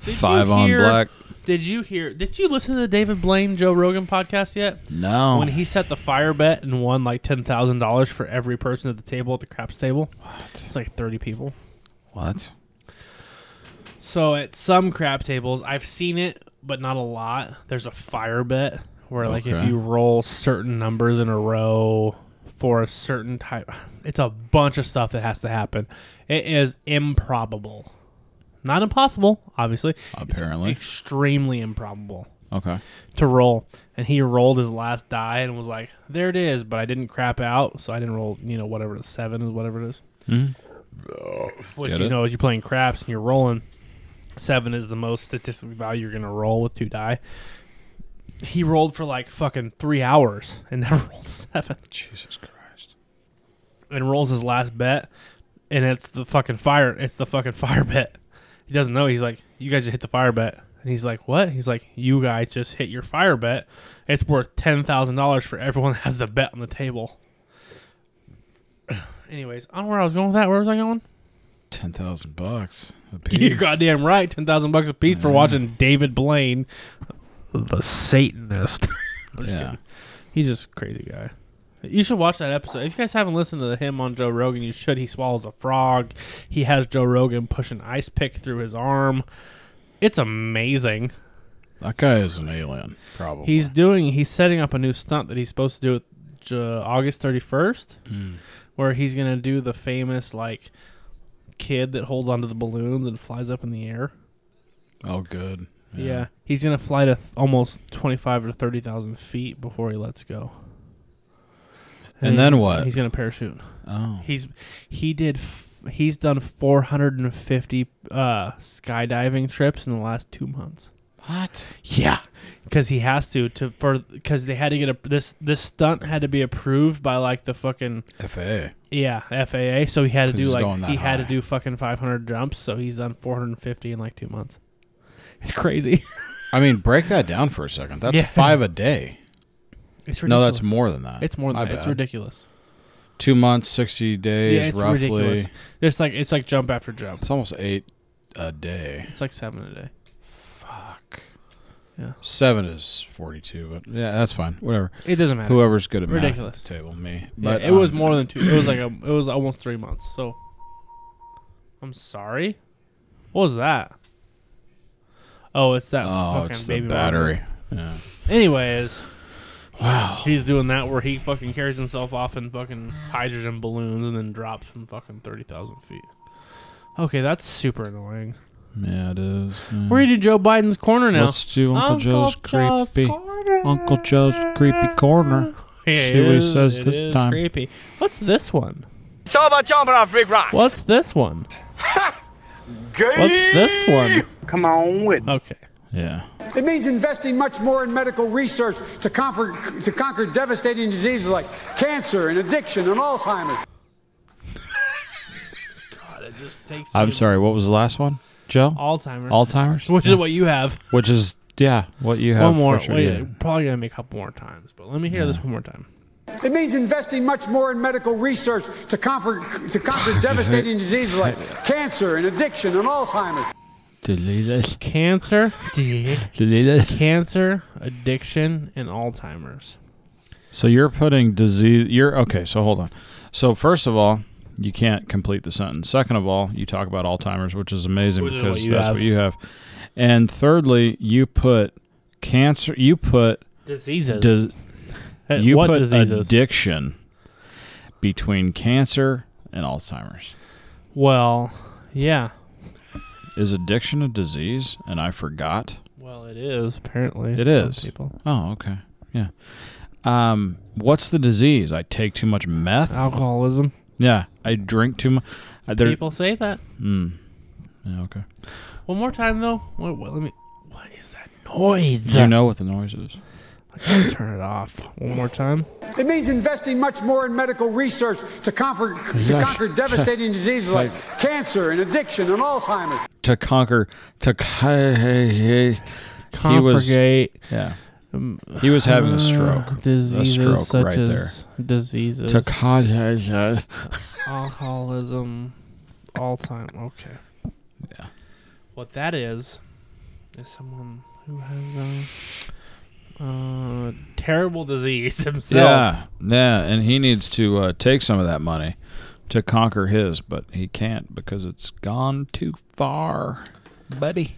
A: Did you
B: Five on
A: hear-
B: black.
A: Did you hear? Did you listen to the David Blaine Joe Rogan podcast yet?
B: No.
A: When he set the fire bet and won like ten thousand dollars for every person at the table at the craps table. It's like thirty people.
B: what?
A: So at some crap tables, I've seen it, but not a lot. There's a fire bet where like if
B: Okay.
A: you roll certain numbers in a row for a certain type, it's a bunch of stuff that has to happen. It is improbable, not impossible, obviously. It's
B: Apparently.
A: extremely improbable
B: Okay.
A: to roll. And he rolled his last die and was like, "There it is," but I didn't crap out, so I didn't roll. You know, whatever the seven is, whatever it is. Which
B: Mm-hmm. Get
A: you
B: it?
A: know, as you're playing craps and you're rolling, seven is the most statistically value you're gonna roll with two die. He rolled for like fucking three hours and [laughs] never rolled seven,
B: Jesus Christ.
A: and rolls his last bet, and it's the fucking fire. It's the fucking [laughs] fire bet. He doesn't know. He's like, "You guys just hit the fire bet," and he's like, "What?" He's like, "You guys just hit your fire bet. It's worth ten thousand dollars for everyone that has the bet on the table." [coughs] Anyways, I don't know where I was going with that. Where was I going?
B: Ten thousand bucks.
A: [laughs] You're goddamn right. Ten thousand bucks a piece for watching David Blaine, the Satanist. [laughs] I'm just
B: Yeah.
A: kidding. He's just a crazy guy. You should watch that episode. If you guys haven't listened to him on Joe Rogan, you should. He swallows a frog. He has Joe Rogan push an ice pick through his arm. It's amazing.
B: That guy is an alien, probably.
A: He's doing. He's setting up a new stunt that he's supposed to do it J- August thirty first,
B: Hmm.
A: where he's gonna do the famous like kid that holds onto the balloons and flies up in the air.
B: oh good.
A: Yeah, he's gonna fly to th- almost twenty five to thirty thousand feet before he lets go.
B: And
A: he's-
B: then what?
A: He's gonna parachute.
B: Oh.
A: He's he did. F- he's done four hundred and fifty uh, skydiving trips in the last two months.
B: What?
A: Yeah, because he has to to for because they had to get a this this stunt had to be approved by like the fucking
B: FAA.
A: yeah FAA. So he had to
B: 'Cause
A: do
B: he's
A: like
B: going that
A: he had to
B: high.
A: do fucking 500 jumps. So he's done 450 in like two months. It's crazy. [laughs]
B: I mean, break that down for a second. That's
A: Yeah.
B: five
A: [laughs]
B: a day.
A: it's
B: No, that's
A: ridiculous.
B: more than that.
A: It's more than
B: My
A: that. It's
B: bad.
A: ridiculous.
B: Two months, sixty days,
A: yeah, it's
B: roughly.
A: ridiculous. It's like it's like jump after jump.
B: It's almost eight a day.
A: It's like seven a day.
B: Fuck.
A: Yeah.
B: Seven is forty-two, but yeah, that's fine. Whatever.
A: It doesn't matter.
B: Whoever's good at math
A: Ridiculous.
B: at the table, me.
A: Yeah,
B: But
A: it was
B: um,
A: more than two. It was
B: [clears throat]
A: like a, it was almost three months. So I'm sorry. What was that? Oh, it's that
B: Oh,
A: fucking
B: it's the
A: baby monitor.
B: battery. Yeah.
A: Anyways,
B: Wow.
A: he's doing that where he fucking carries himself off in fucking hydrogen balloons and then drops from fucking thirty thousand feet. Okay, that's super annoying.
B: Yeah, it is. Yeah.
A: We're into Joe Biden's corner now.
B: Let's do Uncle, Joe's
A: Joe's
B: creepy.
A: corner.
B: Uncle Joe's creepy corner.
A: Yeah,
B: See what
A: it
B: he
A: is-
B: says
A: it
B: this
A: is
B: time.
A: Creepy. What's this one?
E: It's all about jumping off big rocks.
A: What's this one? What's this one? Come on with. Okay.
B: Yeah.
F: It means investing much more in medical research to conquer, to conquer devastating diseases like cancer and addiction and Alzheimer's.
B: I'm sorry. What was the last one, Joe?
A: Alzheimer's.
B: Alzheimer's,
A: Which
B: Yeah.
A: is what you have.
B: which is yeah, what you have.
A: one more.
B: for sure,
A: wait,
B: yeah.
A: probably gonna be a couple more times, but let me hear this one more time.
F: It means investing much more in medical research to conquer, to conquer devastating diseases like cancer and addiction and Alzheimer's.
B: Delete it.
A: Cancer,
B: Delete it.
A: cancer, addiction, and Alzheimer's.
B: So you're putting disease. You're okay. So hold on. So first of all, you can't complete the sentence. Second of all, you talk about Alzheimer's, which is amazing
A: Which is
B: because
A: what you
B: that's
A: have.
B: what you have. And thirdly, you put cancer. You put
A: Diseases.
B: does
A: Hey,
B: you
A: Uh, what
B: put
A: diseases?
B: addiction between cancer and Alzheimer's.
A: well, yeah.
B: Is addiction a disease? And I forgot.
A: Well, it is apparently.
B: It
A: It is.
B: is.
A: People.
B: Oh, okay. Yeah. Um, what's the disease? I take too much meth.
A: Alcoholism.
B: Yeah, I drink too much. There.
A: People say that.
B: Mm. Yeah, okay.
A: One more time though. Wait, wait, let me. What is that noise?
B: you know what the noise is.
A: Turn it off. One more time.
F: It means investing much more in medical research to conquer, to
B: Yes.
F: conquer devastating diseases like cancer and addiction and Alzheimer's.
B: To conquer. To. He was.
A: Congregate.
B: Yeah. He was having a
A: Um, Uh,
B: stroke. A
A: diseases
B: stroke
A: such
B: right there.
A: as diseases,
B: To conquer.
A: [laughs] alcoholism, all time. Okay.
B: Yeah.
A: What that is is someone who has a uh, terrible disease [laughs] himself.
B: Yeah, yeah, and he needs to uh, take some of that money to conquer his, but he can't because it's gone too far, buddy.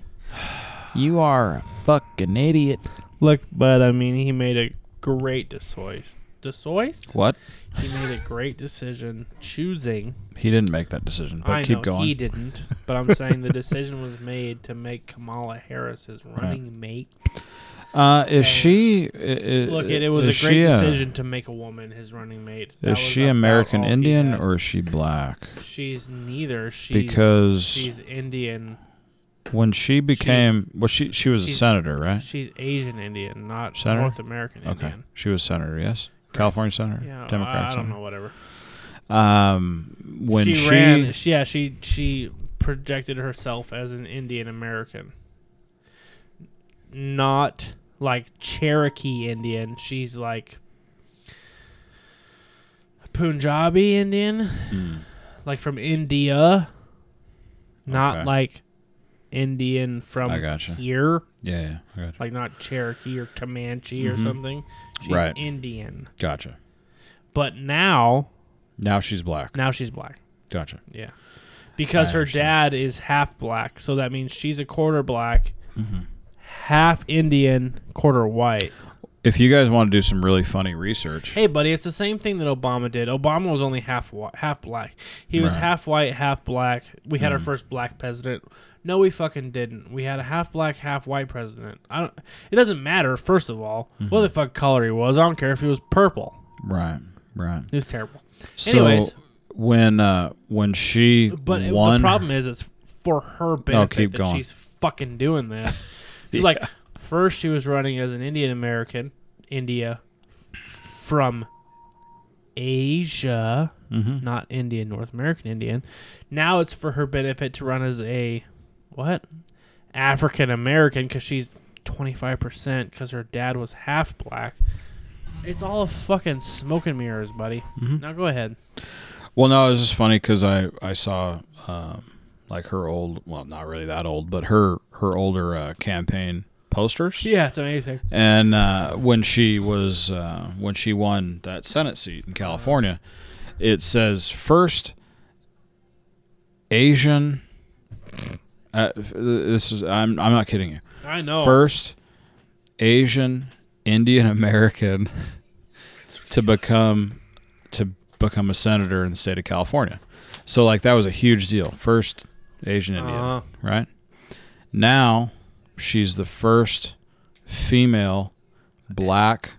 B: You are a fucking idiot.
A: Look, but I mean, he made a great decision. Decision?
B: What?
A: He made a great decision choosing.
B: He didn't make that decision, but
A: I
B: keep
A: know
B: going.
A: he didn't, but I'm saying the decision was made to make Kamala Harris his running mate.
B: Uh, is she? i- i-
A: Look, it, it was a
B: is
A: great
B: she
A: decision to make a woman his running mate. That
B: Is
A: was
B: she
A: about
B: American
A: all he
B: Indian
A: had.
B: or is she black?
A: she's neither? She's
B: Because-
A: she's Indian.
B: When she became, well, she she was a
A: she's-
B: senator, right?
A: She's Asian Indian, not
B: Senator?
A: North American
B: Okay,
A: Indian.
B: she was senator. Yes, California senator,
A: Yeah,
B: Democrat
A: I, I
B: senator.
A: don't know. Whatever.
B: Um, when
A: she,
B: she,
A: ran, she, yeah, she she projected herself as an Indian American, not like Cherokee Indian. She's like Punjabi Indian,
B: Hmm.
A: like from India, not
B: Okay.
A: like Indian from
B: I gotcha.
A: here,
B: yeah, yeah, I gotcha.
A: like not Cherokee or Comanche or something. She's
B: Mm-hmm. Right.
A: Indian,
B: gotcha.
A: but now
B: Now she's black.
A: now she's black.
B: Gotcha.
A: Yeah. because
B: I
A: her
B: understand.
A: dad is half black, so that means she's a quarter black,
B: Mm-hmm.
A: half Indian, quarter white.
B: If you guys want to do some really funny research,
A: Hey, buddy, it's the same thing that Obama did. Obama was only half white, half black. He was
B: Right. Mm-hmm.
A: half white, half black. We had our first black president. No, we fucking didn't. We had a half black, half white president. I don't. It doesn't matter. First of all,
B: Mm-hmm.
A: what the fuck color he was. I don't care if he was purple.
B: right, right.
A: It was terrible.
B: So
A: Anyways,
B: when uh when she
A: but it-
B: won,
A: the problem is it's for her benefit
B: keep
A: that
B: going.
A: she's fucking doing this. She's like, first she was running as an Indian American, India, from Asia, not Indian, North American Indian. Now it's for her benefit to run as a what African American because she's twenty five percent because her dad was half black. It's all fucking smoke and mirrors, buddy. Now go ahead.
B: Well, no, it was just funny because I I saw um, like her old, well, not really that old, but her her older uh, campaign posters,
A: Yeah, it's amazing.
B: and uh, when she was uh, when she won that Senate seat in California, it says first Asian. Uh, f- this is I'm I'm not kidding you.
A: I know.
B: First Asian Indian American [laughs] to become to become a senator in the state of California. So like that was a huge deal. First Asian Indian,
A: Uh-huh.
B: right? Now she's the first female black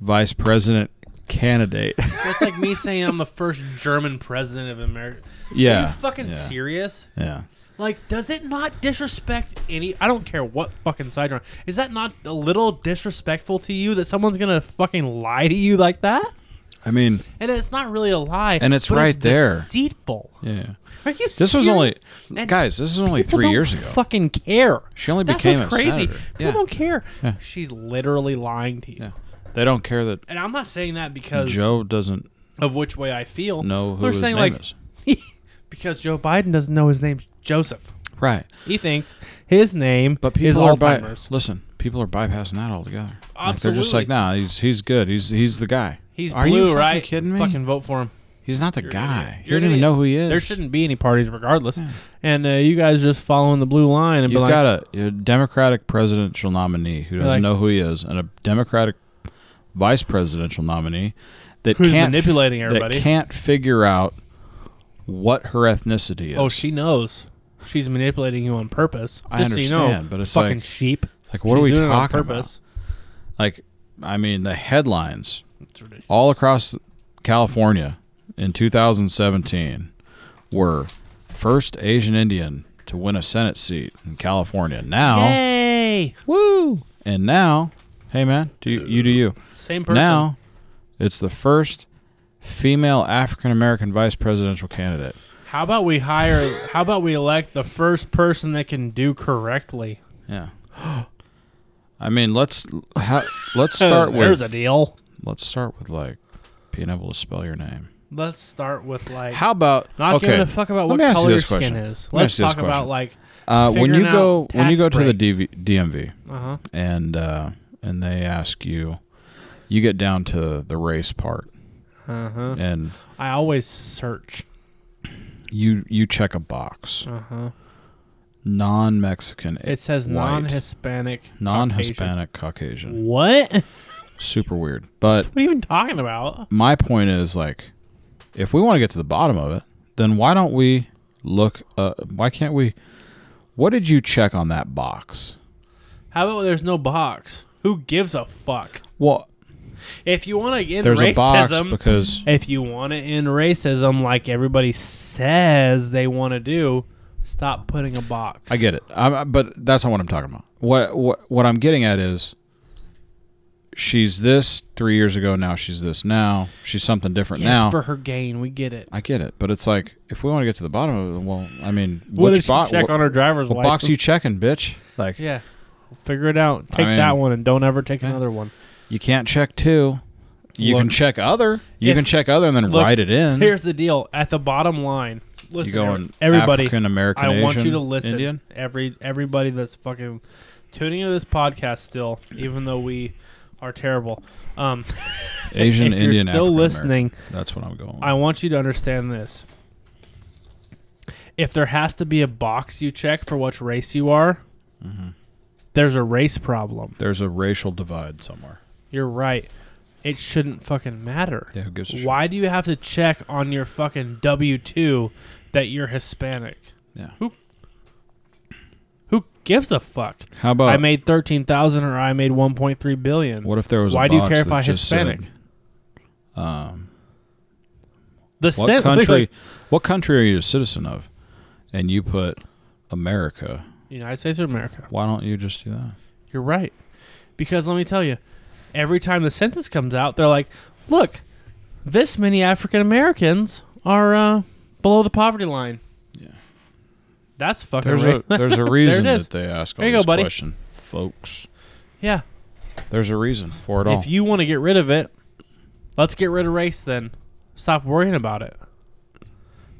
B: vice president
A: [laughs]
B: candidate. [laughs]
A: That's like me saying I'm the first German president of America. Are
B: yeah.
A: you fucking
B: yeah.
A: serious?
B: Yeah.
A: Like, does it not disrespect any? I don't care what fucking side you're on. Is that not a little disrespectful to you that someone's gonna fucking lie to you like that?
B: I mean,
A: And it's not really a lie.
B: And it's
A: but
B: right there.
A: Deceitful.
B: yeah.
A: Are you?
B: This was
A: serious?
B: only
A: And
B: guys, this is only
A: people
B: 3
A: don't
B: years ago.
A: Fucking care.
B: She only
A: That's
B: became
A: what's
B: a
A: crazy.
B: senator.
A: People
B: Yeah.
A: don't care.
B: Yeah.
A: She's literally lying to you.
B: Yeah. They don't care that
A: And I'm not saying that because
B: Joe doesn't
A: of which way I feel.
B: know who
A: I'm
B: his
A: saying
B: name
A: like
B: is.
A: [laughs] because Joe Biden doesn't know his name's Joseph.
B: Right.
A: He thinks his name
B: But
A: is
B: people are by-
A: Alzheimer's.
B: listen. People are bypassing that altogether. Like they're just
A: Absolutely.
B: like, nah, he's he's good. He's he's the guy.
A: He's
B: are you
A: blue,
B: fucking
A: right?
B: Kidding me?
A: Fucking vote for him.
B: he's not the
A: You're an idiot.
B: guy. You
A: You're an
B: don't even
A: idiot.
B: know who he is.
A: There shouldn't be any parties, regardless. And uh, you guys just following the blue line and be
B: You've
A: like,
B: got a, a Democratic presidential nominee who doesn't
A: like-
B: know who he is, and a Democratic vice presidential nominee that
A: Who's
B: can't f-
A: manipulating everybody.
B: That can't figure out what her ethnicity is.
A: "Oh, she knows. She's manipulating you on purpose."
B: I
A: Just so you know,
B: understand, but it's
A: fucking
B: like-
A: sheep.
B: like what
A: She's
B: are we
A: doing it on
B: talking about?
A: purpose.
B: Like, I mean, the headlines
A: It's ridiculous.
B: all across California in 2017 were first Asian Indian to win a Senate seat in California. Now,
A: Yay!
B: woo! And now, hey man, do you, you do you.
A: Same person.
B: Now, it's the first female African American vice presidential candidate.
A: how about we hire? How about we elect the first person that can do correctly?
B: Yeah. [gasps] I mean, let's ha,
A: [laughs]
B: let's start
A: There's
B: with
A: a deal.
B: let's start with like being able to spell your name.
A: Let's start with like
B: How about
A: Not
B: okay,
A: giving a fuck about
B: let
A: what
B: me ask you
A: color your
B: this
A: skin
B: question.
A: is.
B: Let me
A: Let's
B: ask you this
A: talk about
B: question.
A: like
B: Uh, when you
A: figuring
B: go
A: out
B: when you go
A: tax
B: to
A: breaks.
B: the DV, DMV
A: Uh-huh.
B: and uh, and they ask you, you get down to the race part
A: Uh-huh.
B: and
A: I always search.
B: you you check a box
A: Uh-huh.
B: non-Mexican.
A: It says
B: white,
A: non-Hispanic.
B: non-Hispanic Caucasian.
A: Caucasian. What? [laughs] What
B: Super weird. But
A: are you even talking about?
B: my point is like, if we want to get to the bottom of it, then why don't we look? Uh, why can't we? What did you check on that box?
A: How about there's no box? Who gives a fuck?
B: Well,
A: If you want to end
B: there's
A: racism,
B: a box because
A: if you want to end racism like everybody says they want to do, stop putting a box.
B: I get it, I'm, I- but that's not what I'm talking about. What what what I'm getting at is, she's this three years ago. Now she's this. Now she's something different.
A: Yes,
B: now
A: for her gain. We get it.
B: I get it, but it's like if we want to get to the bottom of it, well, I mean,
A: What
B: which
A: did she
B: bo-
A: check
B: what,
A: on her driver's
B: what
A: license?
B: box you checking, bitch? Like
A: Yeah. Figure it out. Take
B: mean- eh.
A: that one and don't ever take
B: Yeah.
A: another one.
B: you can't check two. You
A: Look.
B: can check other. You
A: If-
B: can check other and then
A: Look,
B: write it in.
A: Here's the deal. At the bottom line, listen,
B: Mm-hmm. you go in
A: everybody.
B: African American.
A: I want you
B: Asian,
A: to listen.
B: Indian.
A: Every everybody that's fucking tuning into this podcast still, even though we are terrible. Um, [laughs]
B: Asian,
A: if
B: Indian,
A: you're still
B: African American.
A: listening,
B: That's what I'm going.
A: I want you to understand this. if there has to be a box you check for which race you are,
B: Mm-hmm.
A: there's a race problem.
B: There's a racial divide somewhere.
A: You're right. It shouldn't fucking matter.
B: Yeah, who gives a shit?
A: Why do you have to check on your fucking W two that you're Hispanic?
B: Yeah.
A: Who Who gives a fuck?
B: How about
A: I made thirteen thousand or I made one point three billion.
B: Oh. What if there was?
A: Why
B: a
A: do you
B: box
A: care if
B: that
A: I
B: just said,
A: Hispanic? the
B: what
A: sen-
B: country?
A: literally,
B: What country are you a citizen of? And you put America.
A: United States of America.
B: Why don't you just do that?
A: You're right. Because let me tell you, every time the census comes out, they're like, look, this many African Americans are uh, below the poverty line.
B: Yeah.
A: That's fucking
B: There's
A: right. [laughs]
B: a there's a
A: it
B: reason
A: is.
B: that they ask all
A: There you go,
B: this
A: buddy.
B: question, folks.
A: yeah.
B: There's a reason for it all.
A: If you want to get rid of it, let's get rid of race then. Stop worrying about it.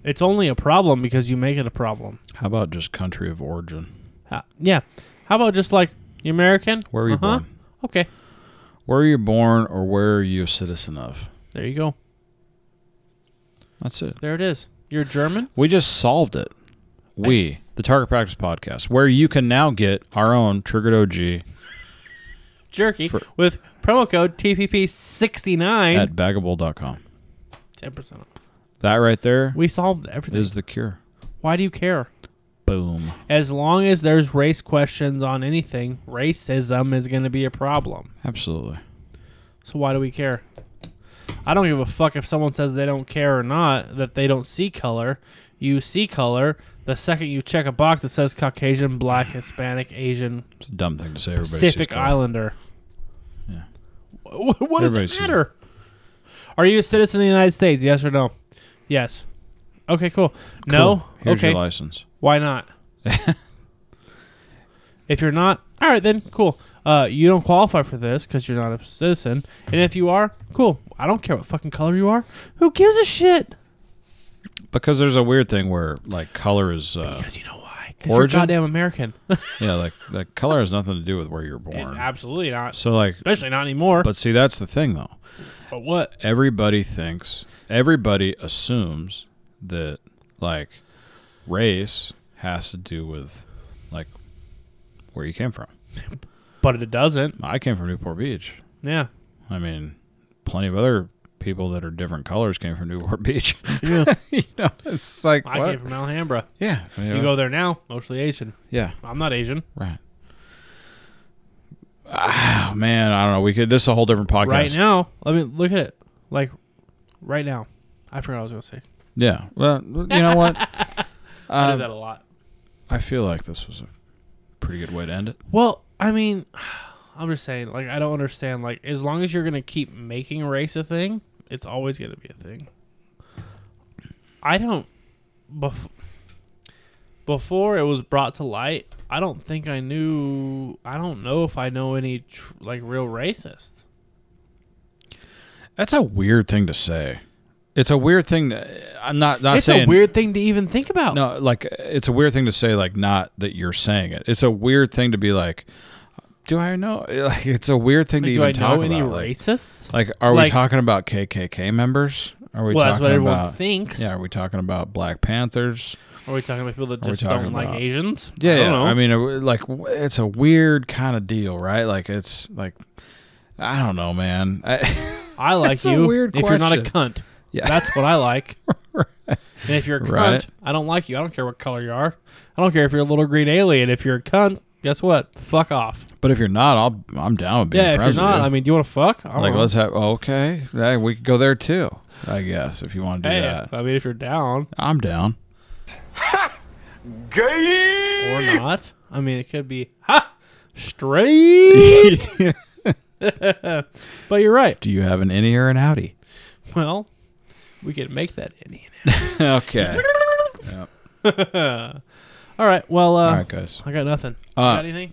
A: It's only a problem because you make it a problem.
B: How about just country of origin?
A: Ha- yeah. How about just like you American?
B: Where were you
A: Uh-huh.
B: born?
A: Okay.
B: Where you born or where are you a citizen of?
A: There you go.
B: That's it.
A: There it is. You're German?
B: We just solved it. We, the Target Practice Podcast, where you can now get our own Triggered OG
A: jerky with promo code TPP69.
B: at bagable.com.
A: 10% off.
B: That right there
A: We solved everything.
B: is the cure.
A: Why do you care?
B: Boom.
A: As long as there's race questions on anything, racism is going to be a problem.
B: Absolutely.
A: So why do we care? I don't give a fuck if someone says they don't care or not, that they don't see color. You see color the second you check a box that says Caucasian, Black, Hispanic, Asian,
B: It's a dumb thing to say. Everybody sees
A: Pacific
B: color.
A: Islander.
B: Yeah.
A: What, what does
B: Everybody
A: it
B: sees
A: matter? Are you a citizen of the United States? Yes or no? Yes. Okay, cool. No?
B: Cool. Here's
A: okay.
B: your license.
A: Why
B: [laughs]
A: not? if you're not, all right, then cool. Uh, you don't qualify for this because you're not a citizen. And if you are, cool. I don't care what fucking color you are. Who gives a shit?
B: Because there's a weird thing where like color is uh,
A: Because you know why? Because you're
B: Origin?
A: goddamn American. [laughs]
B: yeah, like like color has nothing to do with where you're born.
A: Absolutely not.
B: So like
A: Especially not anymore. But,
B: but see that's the thing though.
A: what?
B: everybody thinks everybody assumes that like race has to do with like where you came from.
A: But it doesn't.
B: I came from Newport Beach.
A: Yeah.
B: I mean, plenty of other people that are different colors came from Newport [laughs] Beach.
A: Yeah.
B: you know, it's like
A: I
B: what?
A: came from Alhambra.
B: yeah,
A: You go there now, mostly Asian.
B: yeah,
A: I'm not Asian.
B: right. Ah, man, I don't know. We could this is a whole different podcast.
A: Right now, let me look at it. Like, right now. I forgot what I was going to say.
B: Yeah. Well, you
A: [laughs]
B: know what?
A: I
B: Um,
A: did that a lot.
B: I feel like this was a pretty good way to end it.
A: Well, I mean, [sighs] I'm just saying, like, I don't understand. Like, as long as you're gonna keep making race a thing, it's always gonna be a thing. I don't. Bef- before it was brought to light, I don't think I knew. I don't know if I know any tr- like real racists.
B: That's a weird thing to say. It's a weird thing. To, I'm not not
A: it's
B: saying
A: a weird thing to even think about.
B: No, like it's a weird thing to say. Like not that you're saying it. It's a weird thing to be like. Do I know? [laughs] Like it's a weird thing
A: like,
B: to
A: do
B: even
A: I
B: talk
A: know any
B: about. Like-
A: racists?
B: Like, are we
A: Like-
B: talking about KKK members? Are we
A: well,
B: talking
A: that's what everyone
B: about?
A: thinks.
B: Yeah, are we talking about Black Panthers?
A: Are we talking about people that
B: Are we
A: just don't
B: talking
A: like
B: about-
A: Asians?
B: Yeah,
A: I don't
B: yeah.
A: know.
B: I mean, uh, like w- it's a weird kind of deal, right? Like it's like I don't know, man. I, [laughs]
A: I like
B: That's a
A: you
B: weird
A: if you're not a cunt.
B: question. [laughs] yeah,
A: That's what I
B: [laughs]
A: like. And if you're a cunt,
B: Right.
A: I don't like you. I don't care what color you are. I don't care if you're a little green alien. If you're a cunt, guess what? Fuck off.
B: But if you're not, I'll I'm down with being
A: yeah, if you're
B: friends with
A: not,
B: you.
A: I mean, do you want to fuck? I don't
B: Like,
A: know.
B: let's have okay. Hey, we could go there too. I guess if you want to do
A: Hey,
B: that,
A: I mean, if you're down [laughs]
B: I'm down.
A: or not, I mean, it could be ha
B: [laughs]
A: straight. but you're right.
B: Do you have an innie or an outie?
A: Well, we can make that Indian.
B: okay.
A: All right. Well, uh,
B: [laughs] All right, guys.
A: I got nothing.
B: Uh,
A: you got anything?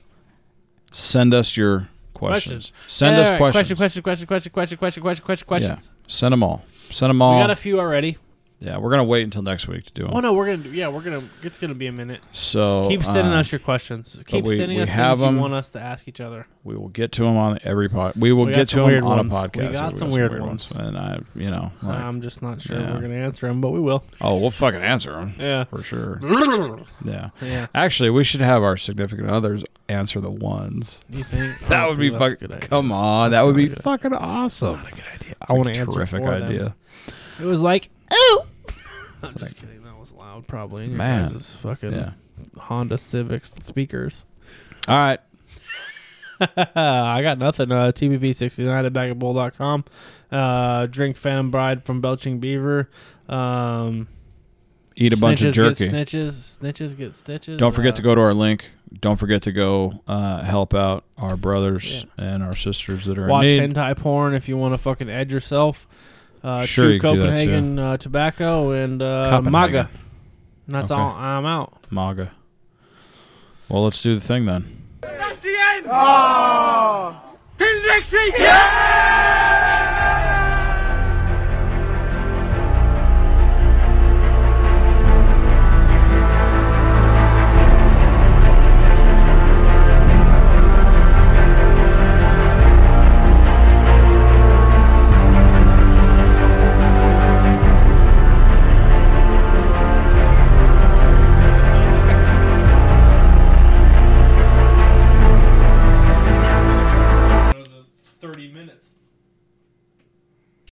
B: Send us your questions.
A: Questions.
B: Send
A: All
B: us
A: right,
B: questions.
A: Question. Question. Question. Question. Question. Question. Question. Question.
B: Yeah. Send them all. Send them
A: We
B: all.
A: got a few already.
B: Yeah, we're gonna wait until next week to do them.
A: Oh no, we're gonna do. Yeah, we're gonna. It's gonna be a minute.
B: So
A: Keep sending
B: uh,
A: us your questions. Keep
B: we-
A: sending
B: we
A: us
B: have
A: things you
B: 'em.
A: want us to ask each other.
B: We will get to them on every pod. We will
A: We got
B: get to
A: some
B: them
A: weird
B: on
A: ones.
B: a podcast.
A: We got some weird ones.
B: and I, you know, like,
A: I'm just not sure
B: yeah.
A: we're gonna answer them, but we will.
B: oh, we'll fucking answer them.
A: Yeah.
B: for sure. Yeah.
A: Yeah.
B: Actually, we should have our significant others answer the ones.
A: You think I
B: [laughs] That
A: don't
B: would be
A: think that's a good
B: fucking.
A: idea.
B: Come on, that would
A: not a
B: be
A: good-
B: fucking awesome.
A: Not a good idea.
B: It's
A: I
B: a
A: want to answer.
B: Terrific
A: for them.
B: idea.
A: It was like, ooh. I'm just kidding. That was loud, probably. in your
B: Man.
A: guys' fucking
B: Yeah.
A: Honda Civics speakers.
B: All right.
A: [laughs] I got nothing. Uh, TBB69 at backatbull.com. Uh, drink Phantom Bride from Belching Beaver. Um,
B: Eat a bunch
A: snitches
B: of jerky.
A: Get snitches. Snitches get stitches.
B: Don't forget
A: Uh,
B: to go to our link. Don't forget to go uh, help out our brothers and our sisters that are
A: watch
B: in need.
A: hentai porn if you want to fucking edge yourself. Uh,
B: Sure,
A: True
B: you can do that,
A: Copenhagen uh, tobacco and uh,
B: Copenhagen.
A: MAGA. And That's
B: Okay.
A: all. I'm out.
B: MAGA. Well, let's do the thing then.
E: That's the end. Till next week. Yeah.